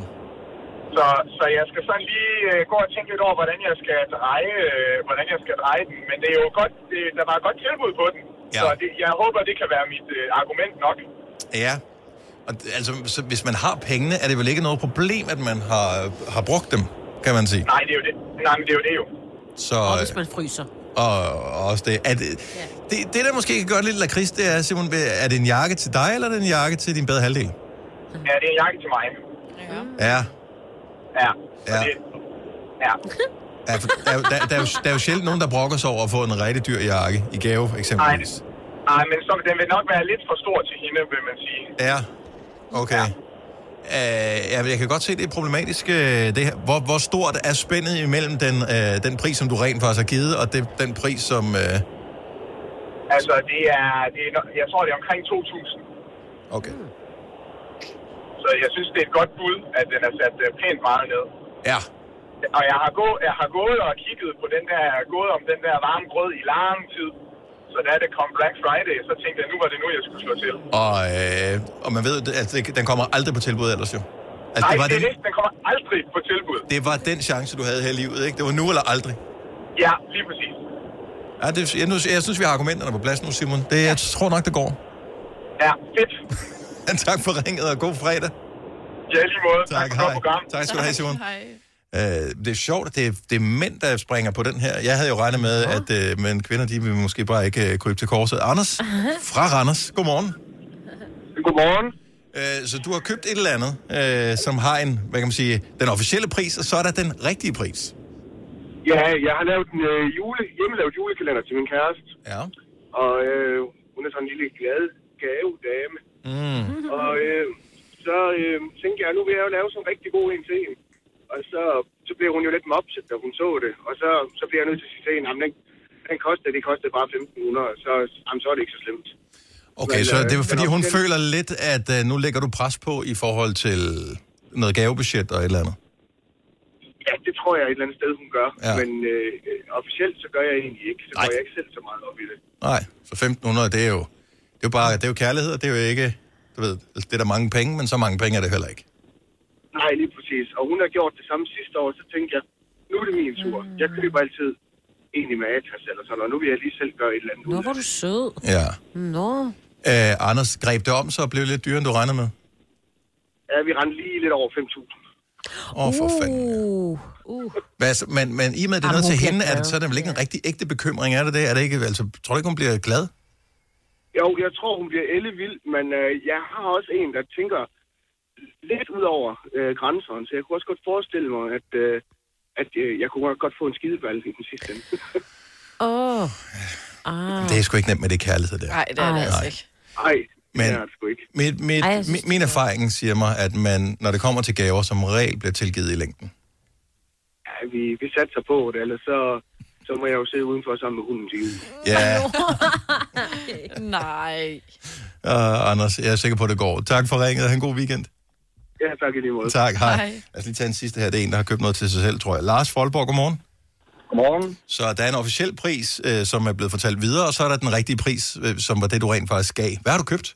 Så, så jeg skal sådan lige øh, gå og tænke lidt over, hvordan jeg skal dreje, øh, hvordan jeg skal dreje den. Men det er jo godt, det, der var et godt tilbud på den. Ja. Så det, jeg håber, det kan være mit øh, argument nok. Ja. Og, d- altså, så hvis man har pengene, er det vel ikke noget problem, at man har, har brugt dem, kan man sige. Nej, det er jo det. Nej, men det er jo det jo. Så, og Hvis man fryser. Og og også det. Er det, ja. det, det, der måske kan gøre lidt lakrids, det er, Simon, er det en jakke til dig, eller er det en jakke til din bedre halvdel? Ja, det er en jakke til mig. Ja. Ja. Ja. Ja. ja for der, er jo- der, der, er jo, der er jo sjældent nogen, der brokker sig over at få en rigtig dyr jakke i gave, eksempelvis. Nej, men så, den vil nok være lidt for stor til hende, vil man sige. Ja. Okay. Ja. Uh, ja, men jeg kan godt se, det er problematisk, øh, det her. Hvor, hvor stort er spændet imellem den, uh, den pris, som du rent faktisk har givet, og det, den pris, som... Uh, Altså, det er, det er, no- jeg tror, det er omkring 2.000. Okay. Så jeg synes, det er et godt bud, at den er sat øh, pænt meget ned. Ja. Og jeg har, gå, jeg har gået og kigget på den der, gået om den der varme grød i lang tid. Så da det kom Black Friday, så tænkte jeg, nu var det nu, jeg skulle slå til. og, uh, og man ved, at altså, det- den kommer aldrig på tilbud ellers, jo. Altså, Nej, det var det den, er det. Den kommer aldrig på tilbud. det var den chance, du havde her i livet, ikke? Det var nu eller aldrig. Ja, lige præcis. Ja, det, jeg, nu- jeg synes, vi har argumenterne på plads nu, Simon. Det, jeg tror nok, det går. Ja, fedt. tak for ringet, og god fredag. Ja, i lige måde. Tak, tak hej. Tak skal du have, Simon. Hej. Øh, det er sjovt, at det, er- det er mænd, der springer på den her. Jeg havde jo regnet med, at øh, men kvinder de vil måske bare ikke øh, krybe til korset. Anders fra Randers, godmorgen. Godmorgen. Øh, så du har købt et eller andet, øh, som har en, hvad kan man sige, den officielle pris, og så er der den rigtige pris. Ja, jeg har lavet en øh, jule, hjemmelavet julekalender til min kæreste. Ja. Og øh, hun er sådan en lille glad gavedame. Mm. Og øh, så øh, tænkte jeg, nu vil jeg jo lave sådan en rigtig god en til hende. Og så, så blev hun jo lidt mopset, da hun så det. Og så, så bliver jeg nødt til at sige til hende, "Jamen, den, den kostede, det kostede bare 1.500, så, jamen, så er det ikke så slemt. Okay, Men, så øh, det var fordi, men hun den- føler lidt, at øh, nu lægger du pres på i forhold til noget gavebudget og et eller andet. Ja, det tror jeg et eller andet sted, hun gør. Ja. Ja. Men øh, øh, officielt, så gør jeg egentlig ikke. Så går jeg ikke selv så meget op i det. Nej, så 1.500, det er jo, det er jo bare, det er jo kærlighed, og det er jo ikke, du ved, det er der mange penge, men så mange penge er det heller ikke. Nej, lige præcis. Og hun har gjort det samme sidste år, så tænkte jeg, nu er det min tur. Jeg køber altid en i Matas eller sådan noget. Nu vil jeg lige selv gøre et eller andet. Nå, hvor er du sød. Ja. Nå. Øh, Anders, greb det om, så blev det lidt dyrere, end du regnede med. Ja, vi rendte lige lidt over 5.000. Åh, oh, for fanden. Uh, uh. Hvad, så- men, men i og med, at det er Jamen, noget hun til bliver hende, er det, glad. så er det vel ikke en rigtig ægte bekymring, er det det? Er det ikke, altså, tror du ikke, hun bliver glad? Jo, jeg tror, hun bliver ellevild, men øh, jeg har også en, der tænker lidt ud over øh, grænserne. Så jeg kunne også godt forestille mig, at, øh, at øh, jeg kunne godt få en skideball i den sidste ende. Åh. Oh. Ah. Det er sgu ikke nemt med det kærlighed der. Nej, det er det altså ikke. Nej, Men det er det sgu ikke. mit, mit, Ej, Ej, jeg synes, min, min erfaring siger mig, at man, når det kommer til gaver, som regel bliver tilgivet i længden. Mm. Ja, vi, vi satser på det, ellers så, så må jeg jo sidde udenfor sammen med hunden til jul. Ja, Nej. uh, Anders, jeg er sikker på, at det går. Tak for ringet. Ha' en god weekend. Ja, tak i lige måde. Tak, hej. Hej. hej. Lad os lige tage en sidste her. Det er en, der har købt noget til sig selv, tror jeg. Lars Folborg, godmorgen. Godmorgen. Så der er en officiel pris, øh, som er blevet fortalt videre, og så er der den rigtige pris, øh, som var det, du rent faktisk gav. Hvad har du købt?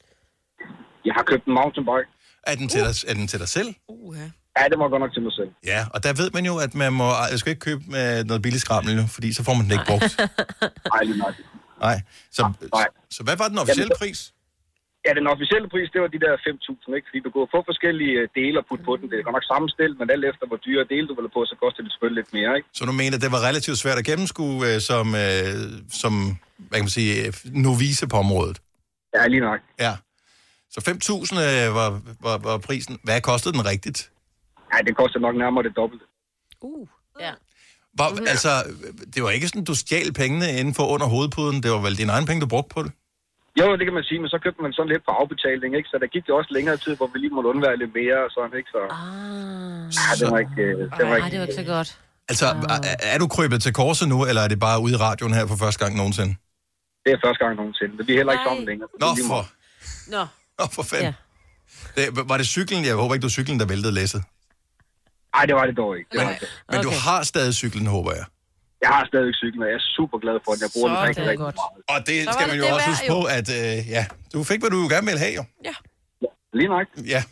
Jeg har købt en mountainbike. Er den til, dig, er den til dig selv? Ja, det var godt nok til mig selv. Ja, og der ved man jo, at man må, jeg skal ikke købe øh, noget billigt skrammel nu, fordi så får man den ikke brugt. Ej, lige nok. Nej. Så, så, så hvad var den officielle Jamen, pris? Ja, den officielle pris, det var de der 5.000, ikke? Fordi du kunne få forskellige øh, dele og putte på den. Det er godt nok sammenstillet, men alt efter, hvor dyre dele du vil have på, så koster det selvfølgelig lidt mere, ikke? Så du mener, det var relativt svært at gennemskue øh, som, øh, som hvad kan man sige, øh, novice på området? Ja, lige nok. Ja. Så 5.000 øh, var, var, var prisen. Hvad kostede den rigtigt? Ja, det koster nok nærmere det dobbelte. Ja. Var, mm-hmm. Altså, det var ikke sådan, du stjal pengene inden for under hovedpuden. Det var vel dine egne penge, du brugte på det? Jo, det kan man sige, men så købte man sådan lidt på afbetaling, ikke? Så der gik det også længere tid, hvor vi lige måtte undvære lidt mere og sådan, ikke? Så... Ah. Ja, det var ikke... øh, Det var Nej, ikke det var ikke så godt. Altså, er, er du krøbet til korset nu, eller er det bare ude i radioen her for første gang nogensinde? det er første gang nogensinde. Det bliver heller ikke sammen længere. Nå, for, Nå. nå, for fanden. Ja. Det, var det cyklen? Jeg håber ikke, det var cyklen, der væltede læsset. Nej, det var det dog ikke. Det Men, var det. men du har stadig cyklen, håber jeg. Jeg har stadigvæk cyklen, og jeg er super glad for den. Jeg bruger den Sådan. rigtig, rigtig meget. Og det Så var skal det man jo det også værd, huske jo. på, at øh, ja, du fik, hvad du gerne ville have, jo. Ja. Lige nok. Ja.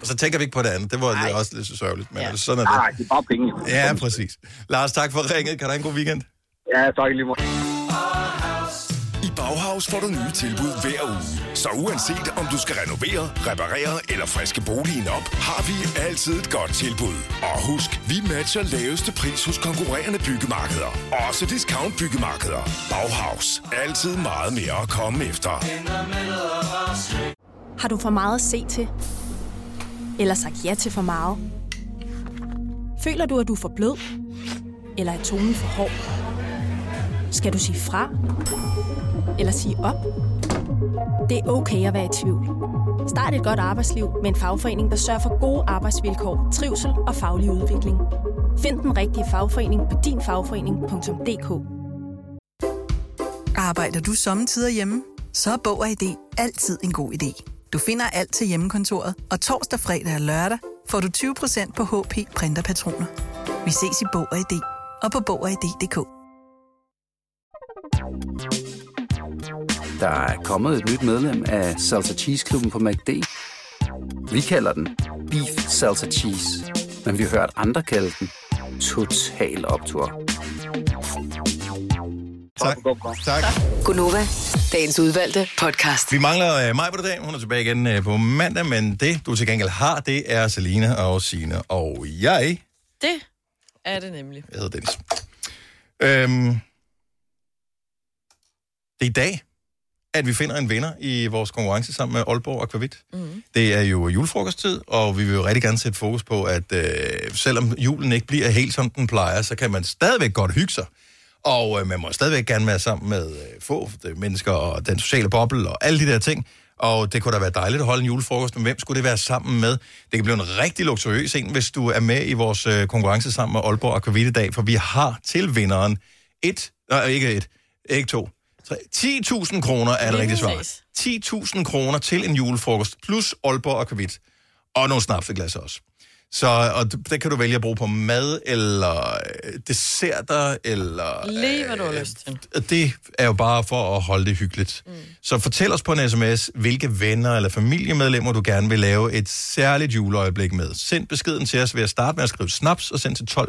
Og så tænker vi ikke på det andet. Det var Ej. også lidt sørgeligt, men ja. sådan er det. Nej, det er bare penge. Ja, præcis. Lars, tak for ringet. Kan du have en god weekend? Ja, tak lige måde. I Bauhaus får du nye tilbud hver uge. Så uanset om du skal renovere, reparere eller friske boligen op, har vi altid et godt tilbud. Og husk, vi matcher laveste pris hos konkurrerende byggemarkeder. Også discount byggemarkeder. Bauhaus. Altid meget mere at komme efter. Har du for meget at se til? Eller sagt ja til for meget? Føler du, at du er for blød? Eller er tonen for hård? Skal du sige fra? Eller sige op? Det er okay at være i tvivl. Start et godt arbejdsliv med en fagforening, der sørger for gode arbejdsvilkår, trivsel og faglig udvikling. Find den rigtige fagforening på dinfagforening.dk Arbejder du sommetider hjemme? Så er Bog og ID altid en god idé. Du finder alt til hjemmekontoret, og torsdag, fredag og lørdag får du 20% på HP printerpatroner. Vi ses i Bog og ID og på Bog og ID.dk. Der er kommet et nyt medlem af Salsa Cheese Klubben på MACD. Vi kalder den Beef Salsa Cheese, men vi har hørt andre kalde den Total Optor. Tak. tak. Gunova, dagens udvalgte podcast. Vi mangler øh, mig på dag. Hun er tilbage igen øh, på mandag, men det, du til gengæld har, det er Selina og Sine og jeg. Det er det nemlig. Jeg hedder Dennis. Øhm, det er i dag, at vi finder en vinder i vores konkurrence sammen med Aalborg Aquavit. Mm. Det er jo julefrokosttid, og vi vil jo rigtig gerne sætte fokus på, at øh, selvom julen ikke bliver helt som den plejer, så kan man stadigvæk godt hygge sig. Og øh, man må stadigvæk gerne være sammen med øh, få øh, mennesker og den sociale boble og alle de der ting. Og det kunne da være dejligt at holde en julefrokost, men hvem skulle det være sammen med? Det kan blive en rigtig luksuriøs en, hvis du er med i vores øh, konkurrence sammen med Aalborg Aquavit i dag, for vi har til vinderen et, nej ikke et, ikke to, tre, 10.000 kroner er det Lige rigtige svar. præcis. 10.000 kroner til en julefrokost, plus Aalborg Aquavit, og nogle snapseglas også. Så og d- det kan du vælge at bruge på mad, eller øh, desserter, eller... øh, Lige hvad du har lyst til. Og det er jo bare for at holde det hyggeligt. Mm. Så fortæl os på en sms, hvilke venner eller familiemedlemmer du gerne vil lave et særligt juleøjeblik med. Send beskeden til os ved at starte med at skrive snaps og send til 12.20.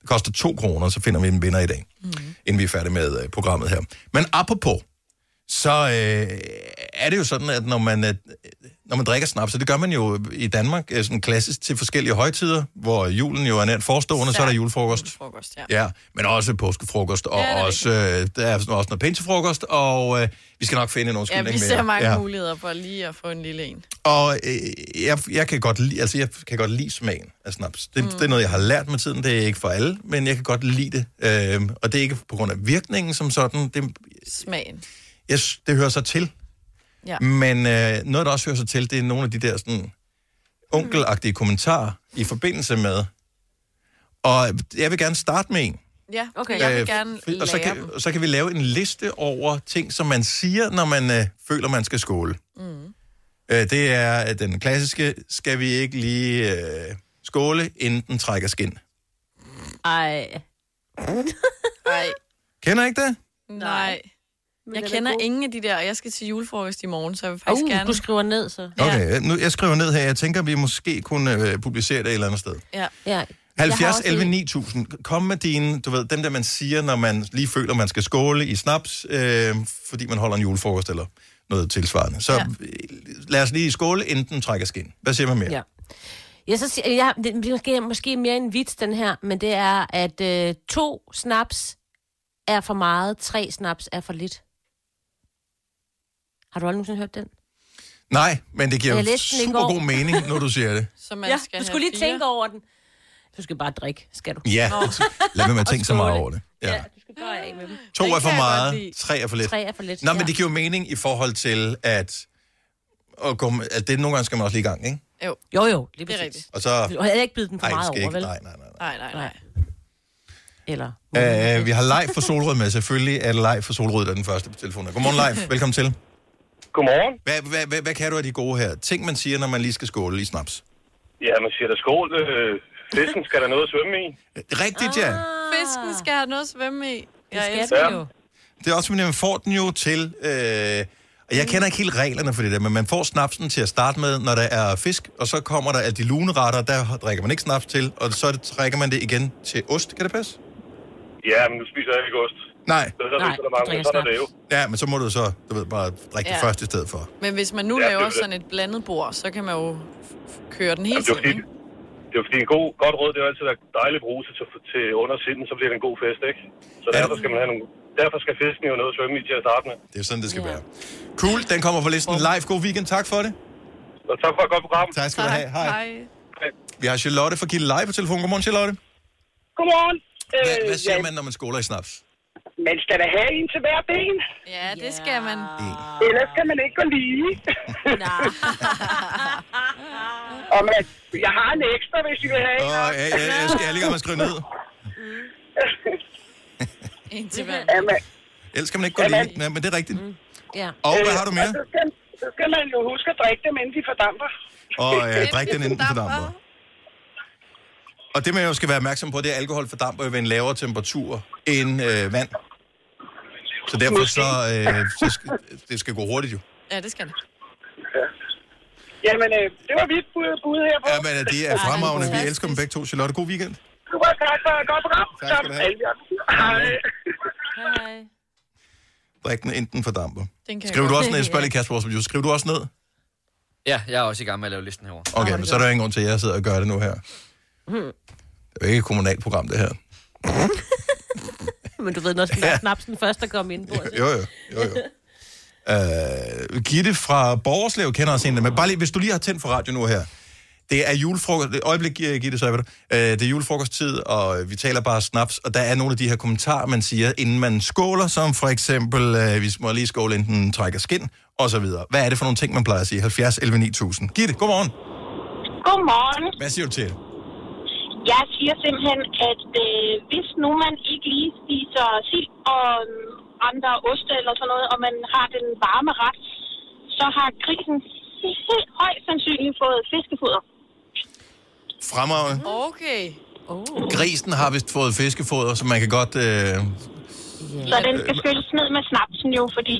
Det koster 2 kroner, så finder vi en vinder i dag, mm. inden vi er færdige med øh, programmet her. Men apropos, så øh, er det jo sådan, at når man, øh, når man drikker snaps, og det gør man jo i Danmark øh, sådan klassisk til forskellige højtider, hvor julen jo er nært forestående, så er der Stærk julefrokost. Frokost, ja. Ja, men også påskefrokost, og Ja, det ja, er også, øh, der er sådan også noget pinsefrokost, og øh, vi skal nok finde en Ja, undskyldning vi mere. ser mange ja. muligheder for lige at få en lille en. Og øh, jeg, jeg, kan godt lide, altså, jeg kan godt lide smagen af snaps. Det, mm. det er noget, jeg har lært med tiden. Det er ikke for alle, men jeg kan godt lide det. Øh, og det er ikke på grund af virkningen som sådan. Det, Smagen. jeg, s- det hører sig til. Ja. Men øh, noget, der også hører sig til, det er nogle af de der sådan, onkelagtige kommentarer i forbindelse med. Og jeg vil gerne starte med en. Ja, okay. Jeg vil gerne Øh, og så lære kan, dem. og så kan vi lave en liste over ting, som man siger, når man øh, føler, man skal skåle. Mm. Øh, det er øh, den klassiske, skal vi ikke lige øh, skåle, inden den trækker skin. Ej. Ej, Kender I ikke det? nej. Jeg den er kender god. ingen af de der, og jeg skal til julefrokost i morgen, så jeg vil faktisk Uh, gerne... du skriver ned, så. Okay, øh, nu, jeg skriver ned her. Jeg tænker, vi måske kunne øh, publicere det et eller andet sted. Ja. ja. 70, 11, 9000. Kom med dine, du ved, dem der man siger, når man lige føler, man skal skåle i snaps, øh, fordi man holder en julefrokost eller noget tilsvarende. Så ja. lad os lige skåle, inden den trækker skin. Hvad siger man mere? Ja. Jeg så siger, jeg, det er måske, måske mere en vits, den her, men det er, at øh, to snaps er for meget, tre snaps er for lidt. Har du aldrig nogensinde hørt den? Nej, men det giver Jeg jo læste den i super går. god mening, når du siger det. Så man ja, skal du have skulle lige fire. tænke over den. Du skal bare drikke, skal du? Ja, Nå. lad være med at Og tænke så meget over det. Ja. Ja, du skal bare af med dem. To Den er for kan jeg godt meget, lide. tre er for lidt. Tre er for lidt, Nå, ja. men det giver jo mening i forhold til, at, at, gå med, at det nogle gange skal man også lige i gang, ikke? Jo. Jo, jo, lige det er præcis. rigtigt. Og så... Du har heller ikke bidt den for Ej, det meget skal over, ikke. vel? Nej, Nej, nej, nej. Eller... Øh, vi har live for Solrød med. Selvfølgelig er det live for Solrød, der er den første på telefonen. Godmorgen live. Velkommen til. Godmorgen. Hvad, hvad, hvad, hvad kan du af de gode her? Ting, man siger, når man lige skal skåle i snaps. Ja, man siger da skål. Øh, fisken skal der noget at svømme i. Rigtigt, ja. Ah. Fisken skal have noget at svømme i. Jeg skal elsker den jo. Det er også, fordi man får den jo til... Øh, og jeg kender ikke helt reglerne for det der, men man får snapsen til at starte med, når der er fisk, og så kommer der alle de luneretter, der drikker man ikke snaps til, og så trækker man det igen til ost. Kan det passe? Ja, men du spiser jeg ikke ost. Nej. Så, så, Nej, så, der mange, men drikker sådan er det jo. Ja, men så må du så, du ved, bare drikke ja. det Ja. første i stedet for. Men hvis man nu Ja, ja, det er laver det. sådan et blandet bord, så kan man jo f- f- køre den hele Jamen, det er tiden. ikke? Det er jo fordi en god, godt råd, det er jo altid at dejligt bruse til, til undersiden, så bliver det en god fest, ikke? Så derfor skal, man have nogle, derfor skal fisken jo noget at svømme i til at starte med. Det er sådan, det skal ja. være. Cool, den kommer på listen live. God weekend, tak for det. Og tak for et godt program. Tak skal du have. Hej. Vi har Charlotte fra Kilde Live på telefonen. Godmorgen, Charlotte. Godmorgen. Hvad, hvad siger Øh, ja, man, når man skåler i snaps? Man skal da have en til hver ben. Ja, det skal man. Ellers kan man ikke gå lige. og man, jeg har en ekstra, hvis I vil have en. Åh, ja, ja, jeg skal jeg er lige gang med at skrive ned. En til hver. Jamen, Ellers kan man ikke gå lige. Ja, men Øh, altså, det er rigtigt. Ja. Og hvad har du mere? øh, altså, Så skal, så skal man jo huske at drikke dem, inden de fordamper. Og øh, drik den inden den fordamper. Og det, man jo skal være opmærksom på, det er, at alkohol fordamper jo ved en lavere temperatur end øh, vand. Så derfor så, øh, så skal, det skal gå hurtigt jo. Ja, det skal det. Jamen, øh, det var mit bud, bud her på. Ja, men øh, de er fremragende. Vi elsker dem begge to. Charlotte, god weekend. Super, tak for et godt program. Tak skal du have. Hej. Hej. Drik den inden fordamper. Den kan Skriver jeg du godt. også ned? Spørg lige Kasper, som jo skriver du også ned? Ja, jeg er også i gang med at lave listen herovre. Okay, men så er der ingen grund til, at jeg sidder og gør det nu her. Hmm. Det Det er jo ikke et kommunalt program, det her. Men du ved, når ja. snapsen først er kommet ind på. Jo, jo. jo, jo. Øh, Gitte fra Borgerslev kender os en, men bare lige, hvis du lige har tændt for radio nu her. Det er julefrokost, det- øjeblik, øh, Gitte, så er jeg ved dig. Øh, det er julefrokosttid, og vi taler bare snaps, og der er nogle af de her kommentarer, man siger, inden man skåler, som for eksempel, øh, vi må lige skåle, inden den trækker skin, og så videre. Hvad er det for nogle ting, man plejer at sige? 70 11 9000. Gitte, godmorgen. Godmorgen. Hvad siger du til det? Jeg siger simpelthen, at øh, hvis nu man ikke lige spiser sild og øh, andre oste eller sådan noget, og man har den varme ret, så har grisen helt højst sandsynligt fået fiskefoder. Fremragende. Okay. Grisen har vist fået fiskefoder, så man kan godt... Øh, Så den skal skylles ned med snapsen jo, fordi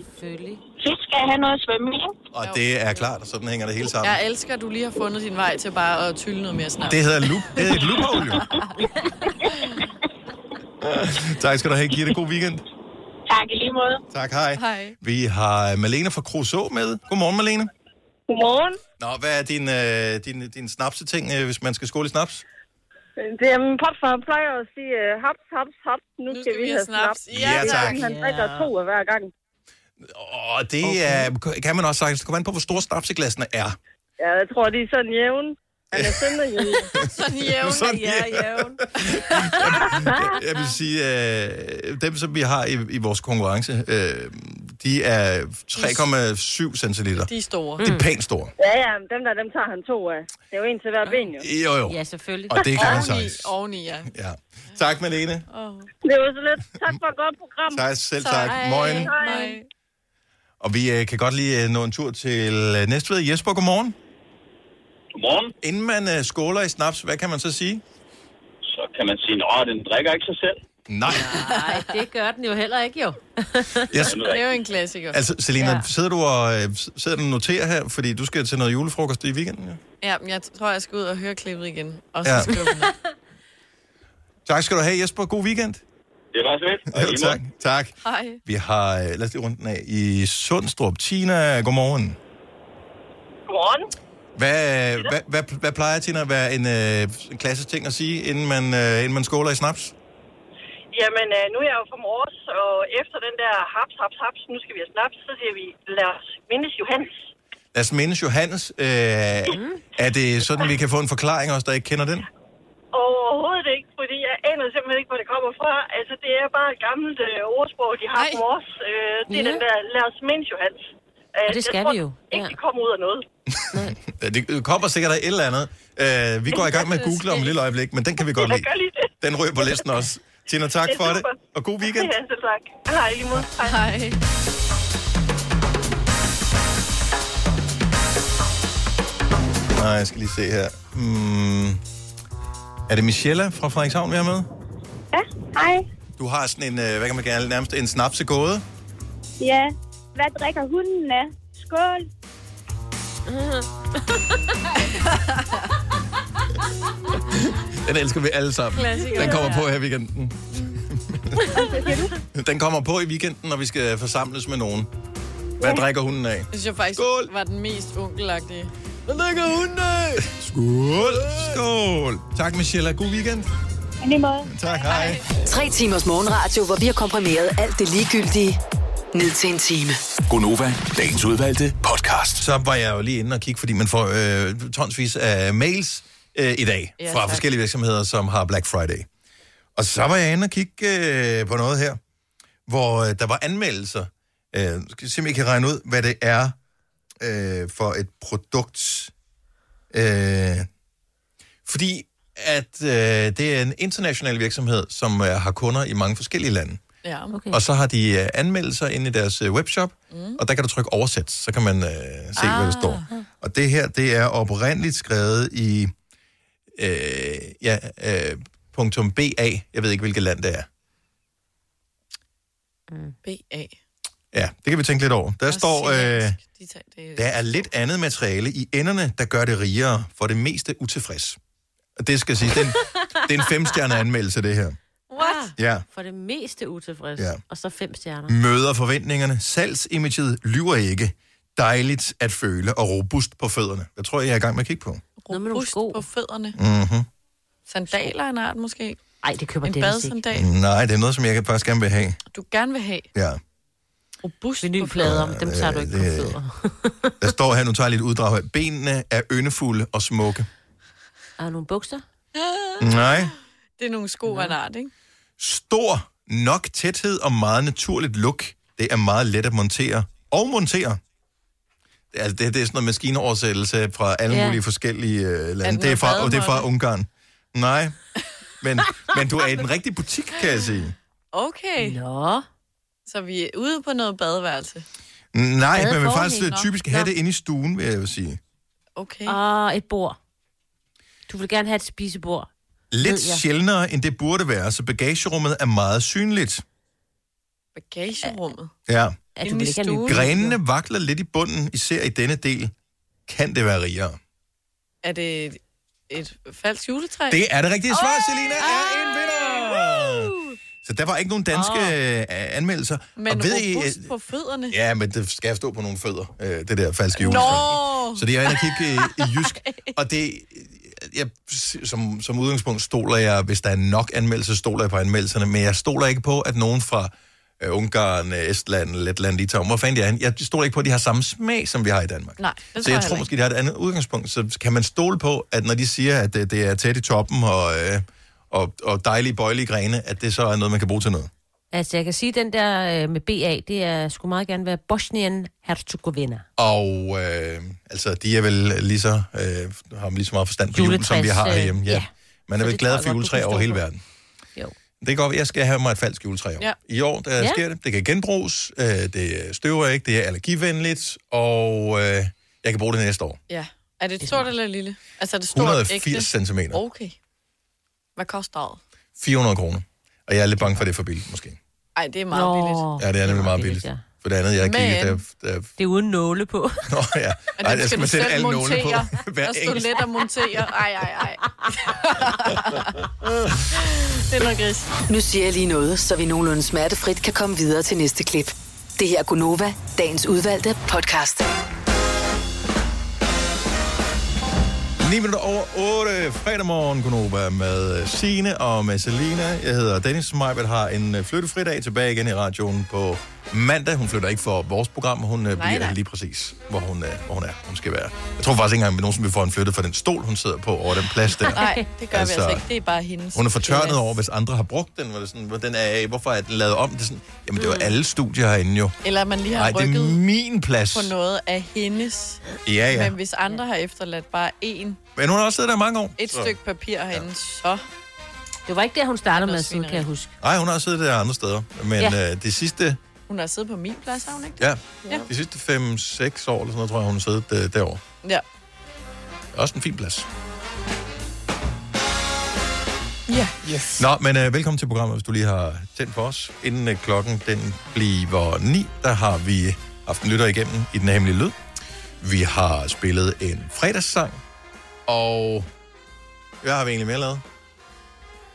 fisk skal have noget at svømme i. ikke? og det er klart, og sådan hænger det hele sammen. Jeg elsker, at du lige har fundet din vej til bare at tylle noget mere snart. Det hedder loop. Det er et loophole, jo. tak skal du have, Gitte. God weekend. Tak i lige måde. Tak, hej. Hej. Vi har Malene fra Kruså med. Godmorgen, Malene. Godmorgen. Nå, hvad er din, øh, din, din snapseting, øh, hvis man skal skåle i snaps? Det er min popfar plejer at sige, øh, haps, haps, haps, nu, nu skal vi, have snaps. Ja, tak. Han drikker to af hver gang. Og det okay. er, kan man også sagtens komme an på, hvor store snapseglassene er. Ja, jeg tror, de er sådan jævn. Han er sønderjyde. sådan jævn, Sådan ja, jævn. jævn. Jeg vil sige, øh, dem, som vi har i, i vores konkurrence, øh, de er 3,7 centiliter. De er store. De er pænt store. Ja, ja, men dem der, dem tager han to af. Det er jo en til hver ben, jo. Jo, jo. Ja, selvfølgelig. Og det kan man oveni, sagtens. oveni, ja. Ja. Tak, Malene. Det var så lidt. Tak for et godt program. Tak, selv tak. Tak. Moin. Hej. Og vi øh, kan godt lige øh, nå en tur til øh, Næstved. Jesper, godmorgen. Godmorgen. Inden man øh, skåler i snaps, hvad kan man så sige? Så kan man sige, at den drikker ikke sig selv. Nej. Nej, det gør den jo heller ikke, jo. Jeg- Det er jo en klassiker. Altså, Selina, ja. sidder du og øh, sidder du og noterer her, fordi du skal til noget julefrokost i weekenden? Ja? Ja, men jeg tror, jeg skal ud og høre klippet igen. Og så Ja. ja. skrive den. Tak skal du have, Jesper. God weekend. Det var så lidt. Ja, tak. tak. Hej. Vi har, øh, lad os lige runde den af, i Sundstrup. Tina, godmorgen. Godmorgen. Hvad, øh, hvad, hvad, hvad plejer, Tina, at være en, øh, en klassisk ting at sige, inden man, øh, inden man skåler i snaps? Jamen, øh, nu er jeg jo fra Mors, og efter den der haps, haps, haps, nu skal vi have snaps, så siger vi, lad os mindes Johannes. Lad os mindes Johannes. Øh, er det sådan, vi kan få en forklaring også, der ikke kender den? Overhovedet ikke, fordi jeg aner simpelthen ikke, hvor det kommer fra. Altså, det er bare et gammelt øh, ordsprog, de har fra Mors. Øh, det er Ja. den der, lad os mindes Johannes. Øh, Og det skal jeg tror, vi jo. ikke, det kommer ud af noget. Øh, Det kommer sikkert af et eller andet. Øh, vi går i gang med at google om et lille øjeblik, men den kan vi godt lide. Den ryger på listen også. Tina, tak Det er for det, super. og god weekend. Ja, selv tak. Hej, i lige måde. Hej. Hej. Nej, jeg skal lige se her. Mm, er det Michelle fra Frederikshavn, vi har med? Ja, hej. Du har sådan en, øh, hvad kan man kalde det, nærmest en snapsegåde. Ja, hvad drikker hunden af? Skål. Den elsker vi alle sammen. Klassiker. Den kommer på her i weekenden. Hvad siger du? Den kommer på i weekenden, når vi skal forsamles med nogen. Hvad drikker hunden af? Det synes jeg faktisk var den mest onkelagtige. Der ligger hunden Skål! Skål! Tak, Michelle. God weekend. Tak, hej. Tre timers morgenradio, hvor vi har komprimeret alt det ligegyldige ned til en time. Gonova, dagens udvalgte podcast. Så var jeg jo lige inde og kigge, fordi man får øh, tonsvis af mails øh, i dag Ja, fra tak. forskellige virksomheder, som har Black Friday. Og så var jeg inde og kigge øh, på noget her, hvor øh, der var anmeldelser. Øh, nu skal vi se, om I kan regne ud, hvad det er øh, for et produkt. Øh, fordi at øh, det er en international virksomhed, som øh, har kunder i mange forskellige lande. Ja, Okay. Og så har de øh, anmeldelser inde i deres øh, webshop, mm. og der kan du trykke oversæt, så kan man øh, se, ah. hvad der står. Og det her, det er oprindeligt skrevet i øh, ja, øh, punktum .ba. Jeg ved ikke, hvilket land det er. BA. Ja, det kan vi tænke lidt over. Der står, øh, De tager, det, der er lidt andet materiale i enderne, der gør det rigere, for det meste utilfreds. Og det skal sige, det er en, det er en femstjerne anmeldelse, det her. What? Ja. Ah, For det meste utilfreds. Ja. Mm. Ja. Og så fem stjerner. Møder forventningerne. Salgsimaget lyver ikke. Dejligt at føle og robust på fødderne. Jeg tror, jeg er i gang med at kigge på. Noget med nogle sko. på fødderne. Mm-hmm. Sandaler er en art måske? Nej, det køber en Dennis ikke. badsandal, Nej, det er noget, som jeg faktisk gerne vil have. du gerne vil have. Ja. Robust Vinylplader, dem tager du ikke på det- fødder. Der står her, nu tager jeg lidt uddrag af. Benene er yndefulde og smukke. Er der nogle bukser? Nej. Det er nogle sko af en art, ikke? Stor nok tæthed og meget naturligt look. Det er meget let at montere og montere. Det er- Altså, det, det er sådan noget maskinoversættelse fra alle Ja. mulige forskellige øh, lande. noget Det er, fra, og det er fra bademåtte? Ungarn. Nej, men, men du er i den rigtige butik, kan jeg sige. Okay. Nå. Så vi er ude på noget badeværelse. Nej, Badeforhæng, man vil faktisk øh, nå. typisk have Nå. det inde i stuen, vil jeg jo sige. Okay. Og Ah, et bord. Du vil gerne have et spisebord. Lidt Ved jeg. sjældnere, end det burde være, så bagagerummet er meget synligt. Bagagerummet. Ja. Ja, du Inde vil i ikke have stuen. nye Grenene vakler lidt i bunden, især i denne del. Kan det være rigere? Er det et, et falsk juletræ? Det er det rigtige svar, Åh! Selina er Ah! en vinder! Så der var ikke nogen danske oh. anmeldelser. Ah. Men og ved I, øh, robust på fødderne. ja, men det skal stå på nogle fødder, øh, det der falske Nå! juletræ. Så det er jeg kigge i, i jysk. Og det, jeg, som, som udgangspunkt stoler jeg, hvis der er nok anmeldelser, stoler jeg på anmeldelserne. Men jeg stoler ikke på, at nogen fra øh, Ungarn, øh, Estland, Letland, Litauen, hvor fanden de er henne, jeg stoler ikke på, at de har samme smag, som vi har i Danmark. Nej, det Så jeg tror måske, de har et andet udgangspunkt. Så kan man stole på, at når de siger, at øh, det, det er tæt i toppen og, øh, og, og dejlige bøjelige grene, at det så er noget, man kan bruge til noget. Altså, jeg kan sige, at den der øh, med BA, det er, skulle meget gerne være Bosnien Herzegovina. Og øh, altså, de er vel lige så, øh, har lige så meget forstand på julen, som vi har Juletræs, øh, herhjemme. Ja. ja. Man er Så vel det glad tror for jeg godt, du juletræer kan over stå hele for. verden. Jo. Det kan godt være, jeg skal have mig et falsk juletræ i år. Ja. I år, der Ja. sker det. Det kan genbruges, øh, det støver ikke, det er allergivenligt, og øh, jeg kan bruge det næste år. Ja. Er det et stort eller lille? Altså er det stort 180 ægte? Oh. centimeter. Okay. Hvad koster det? 400 kroner. Og jeg er lidt bange for, at det er for billigt, måske. Ej, det er meget billigt. Ja, det er nemlig meget billigt. For det andet, jeg Men- har kigget, der, der... Det er uden nåle på. Nå, ja. Ej, Og der den skal skal du man sætte selv alle nålene på. montere. Hver Der stod enkelt. let at montere. Ej, ej, ej. det er noget gris. Nu siger jeg lige noget, så vi nogenlunde smertefrit kan komme videre til næste klip. Det her er Gunova, dagens udvalgte podcast. 9 minutter over 8, fredag morgen, Konoba med Sine og med Selina. Jeg hedder Dennis Meibert, har en øh, flyttefri dag tilbage igen i radioen på mandag. Hun flytter ikke for vores program, hun Nej, nej, bliver nej. nej. lige præcis, hvor hun, øh, hvor hun er. Hun skal være. Jeg tror faktisk ikke engang, at nogen vil få hende flyttet fra den stol, hun sidder på over den plads der. Nej, det gør altså, vi altså ikke. Det er bare hendes. øh, Hun er Det fortørnet er- over, hvis andre har brugt den. Hvor det sådan, hvor den er, hvorfor er den lavet om? Det er sådan, jamen, det var alle studier herinde jo. Eller man lige Mm. har Nej, det er rykket min plads. på noget af hendes. Ja, ja. Men hvis andre har efterladt bare én, Men hun har også siddet der i mange år. et så- stykke papir herinde, så... Det var ikke der, hun startede med at sidde, kan jeg huske. Nej, hun har siddet der andre steder. Men Ja. ja. øh, det sidste, Hun har siddet på min plads, har hun ikke? ja, Ja. ja. de sidste 5-6 år eller sådan noget, tror jeg, hun har siddet øh, derovre. Ja. Også en fin plads. Ja. Yes. Nå, men øh, velkommen til programmet, hvis du lige har tændt for os. Inden øh, klokken den bliver 9, der har vi haft en lytter igennem i Den Hemmelige Lyd. Vi har spillet en fredagssang, og hvad har vi egentlig mere lavet?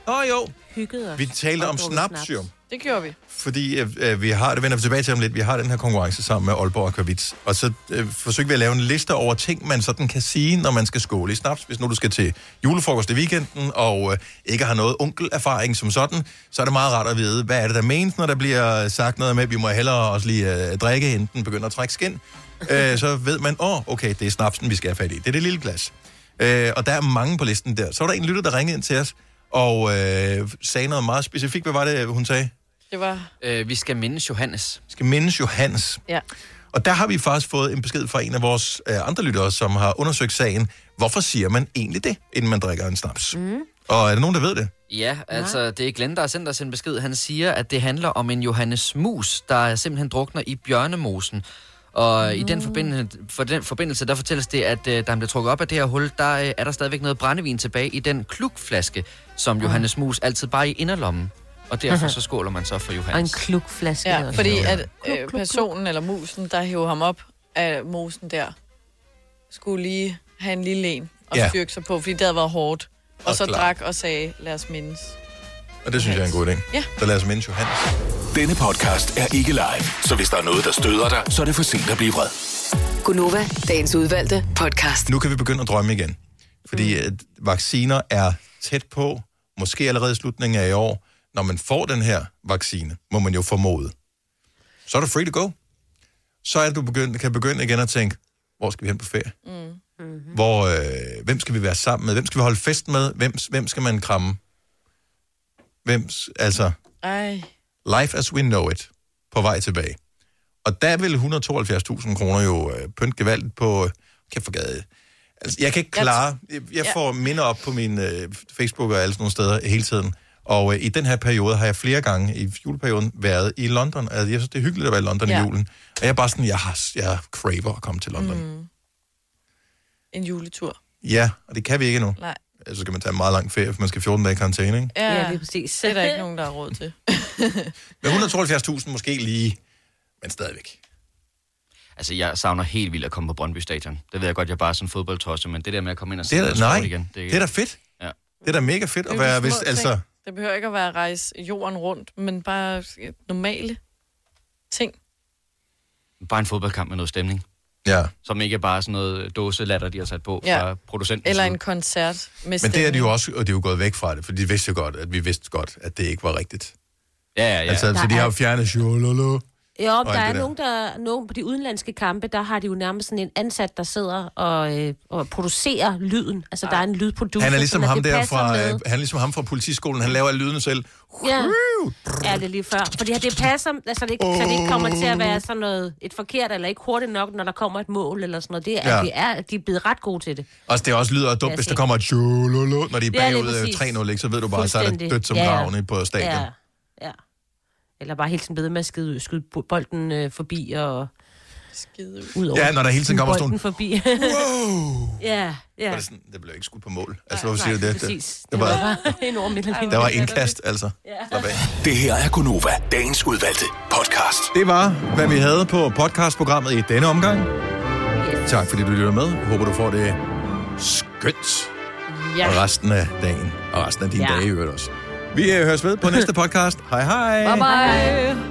Nå jo, Hyggede os. vi talte Og om drukket snaps, jo. Det gjorde vi. fordi øh, øh, vi har, det vender vi tilbage til om lidt, vi har den her konkurrence sammen med Aalborg Aquavits, og så øh, forsøgte vi at lave en liste over ting, man sådan kan sige, når man skal skåle i snaps. Hvis nu du skal til julefrokost i weekenden, og øh, ikke har noget onkelerfaring som sådan, så er det meget rart at vide, hvad er det, der menes, når der bliver sagt noget med, vi må hellere også lige øh, drikke, inden den begynder at trække skin. Øh, så ved man, åh, oh, okay, det er snapsen, vi skal have fat i. Det er det lille glas. Øh, og der er mange på listen der. Så var der en lytter, der ringede ind til os, og øh, sagde noget meget specifikt. Hvad var det, hun sagde? Det var... Øh, vi skal mindes Johannes. skal mindes Johannes. Ja. Og der har vi faktisk fået en besked fra en af vores øh, andre lyttere, som har undersøgt sagen. Hvorfor siger man egentlig det, inden man drikker en snaps? Mm. Og er der nogen, der ved det? Ja, altså det er Glenn, der har sendt os en besked. Han siger, at det handler om en Johannes Mus, der simpelthen drukner i bjørnemosen. Og i den forbindelse, for den forbindelse, der fortælles det, at øh, da han blev trukket op af det her hul, der øh, er der stadigvæk noget brændevin tilbage i den klukflaske, som Johannes Mus altid bare i inderlommen. Og derfor så skåler man så for Og en Johannes. klukflaske. Ja, også. fordi at øh, personen eller musen, der hæver ham op af mosen der, skulle lige have en lille en og Ja. ja. styrke sig på, fordi det havde været hårdt. Og, Og så klar. drak og sagde, lad os mindes. Og det synes jeg er en god idé. Ja. Så lad os mindes Johannes. Denne podcast er ikke live, så hvis der er noget, der støder dig, så er det for sent at blive vred. Gunova, dagens udvalgte podcast. Nu kan vi begynde at drømme igen. Fordi mm. øh, vacciner er tæt på, måske allerede i slutningen af i år, når man får den her vaccine, må man jo formode. Så er du free to go. Så er du begyndt, kan begynde igen at tænke, hvor skal vi hen på ferie? Mm. Hvor, øh, hvem skal vi være sammen med? Hvem skal vi holde fest med? Hvem, hvem skal man kramme? Hvem, altså, Ej. life as we know it, på vej tilbage. Og der vil 172.000 kroner jo øh, pynt gevaldigt på... Kan jeg forgade... Altså, jeg kan ikke Jeg- klare... Jeg, jeg Ja. får minder op på min øh, Facebook og alle sådan nogle steder hele tiden. Og øh, i den her periode har jeg flere gange i juleperioden været i London. Altså, jeg synes, det er hyggeligt at være i London ja. Ja. i julen. Og jeg er bare sådan, jeg, har, jeg craver at komme til London. Mm. En juletur. Ja, og det kan vi ikke endnu. Nej. Ellers så kan man tage en meget lang ferie, for man skal 14 dage i karantæne, ikke? Ja, Ja, lige præcis. Det er der ikke nogen, der har råd til. Men 172.000 måske lige, men stadigvæk. Altså, jeg savner helt vildt at komme på Brøndby Stadion. Det ved jeg godt, jeg bare er sådan en fodboldtosse, men det der med at komme ind og Det er da- og score nej. Det er da da fedt. Ja. Det er da mega fedt Det at er jo de være, små hvis, ting. altså... Det behøver ikke at være at rejse jorden rundt, men bare øh, normale ting. Bare en fodboldkamp med noget stemning. Ja. Som ikke er bare sådan noget dåselatter, de har sat på ja. fra producenten. Eller en koncert med Men det er de jo også, og de er jo gået væk fra det, for de vidste jo godt, at vi vidste godt, at det ikke var rigtigt. Ja, ja, Altså, Der så de har er- jo fjernet shololo. Jo, Og der alt er det der. nogen, der, nogen på de udenlandske kampe, der har de jo nærmest sådan en ansat, der sidder og, øh, og producerer lyden. Altså, der er en lydproducer. Han er ligesom sådan, at ham det der passer fra, øh, med- han er ligesom ham fra politiskolen, han laver alle lydene selv. Ja. ja, det er lige før. Fordi det passer, altså det, så det ikke kommer til at være sådan noget, et forkert eller ikke hurtigt nok, når der kommer et mål eller sådan noget. Det er, Ja. ja. det er, de er blevet ret gode til det. Og det er også lyder dumt, Ja, hvis der se. kommer et shololo, når de er Ja, lige bagud øh, præcis. 3-0, ikke? så ved du bare, så er det Fuldstændig. dødt som Ja, ja. gravene på stadion. Ja, ja. Eller bare hele tiden bedre med at skide, skyde bo- bolden øh, forbi og... Skide ud over. Ja, når der hele tiden kommer sådan Skyde bolden forbi. Wow! ja, Var ja. det, sådan, det blev ikke skudt på mål. Altså, hvorfor siger du det? Præcis. Det var, enormt der var indkast, altså. Slap af. Det her er Gunova, dagens udvalgte podcast. Det var, hvad vi havde på podcastprogrammet i denne omgang. Tak fordi du lytter med. Jeg håber, du får det skønt ja. resten af dagen, og resten af dine Ja. dage i øvrigt også. Vi øh, høres ved på næste podcast. Hej hej! Bye bye.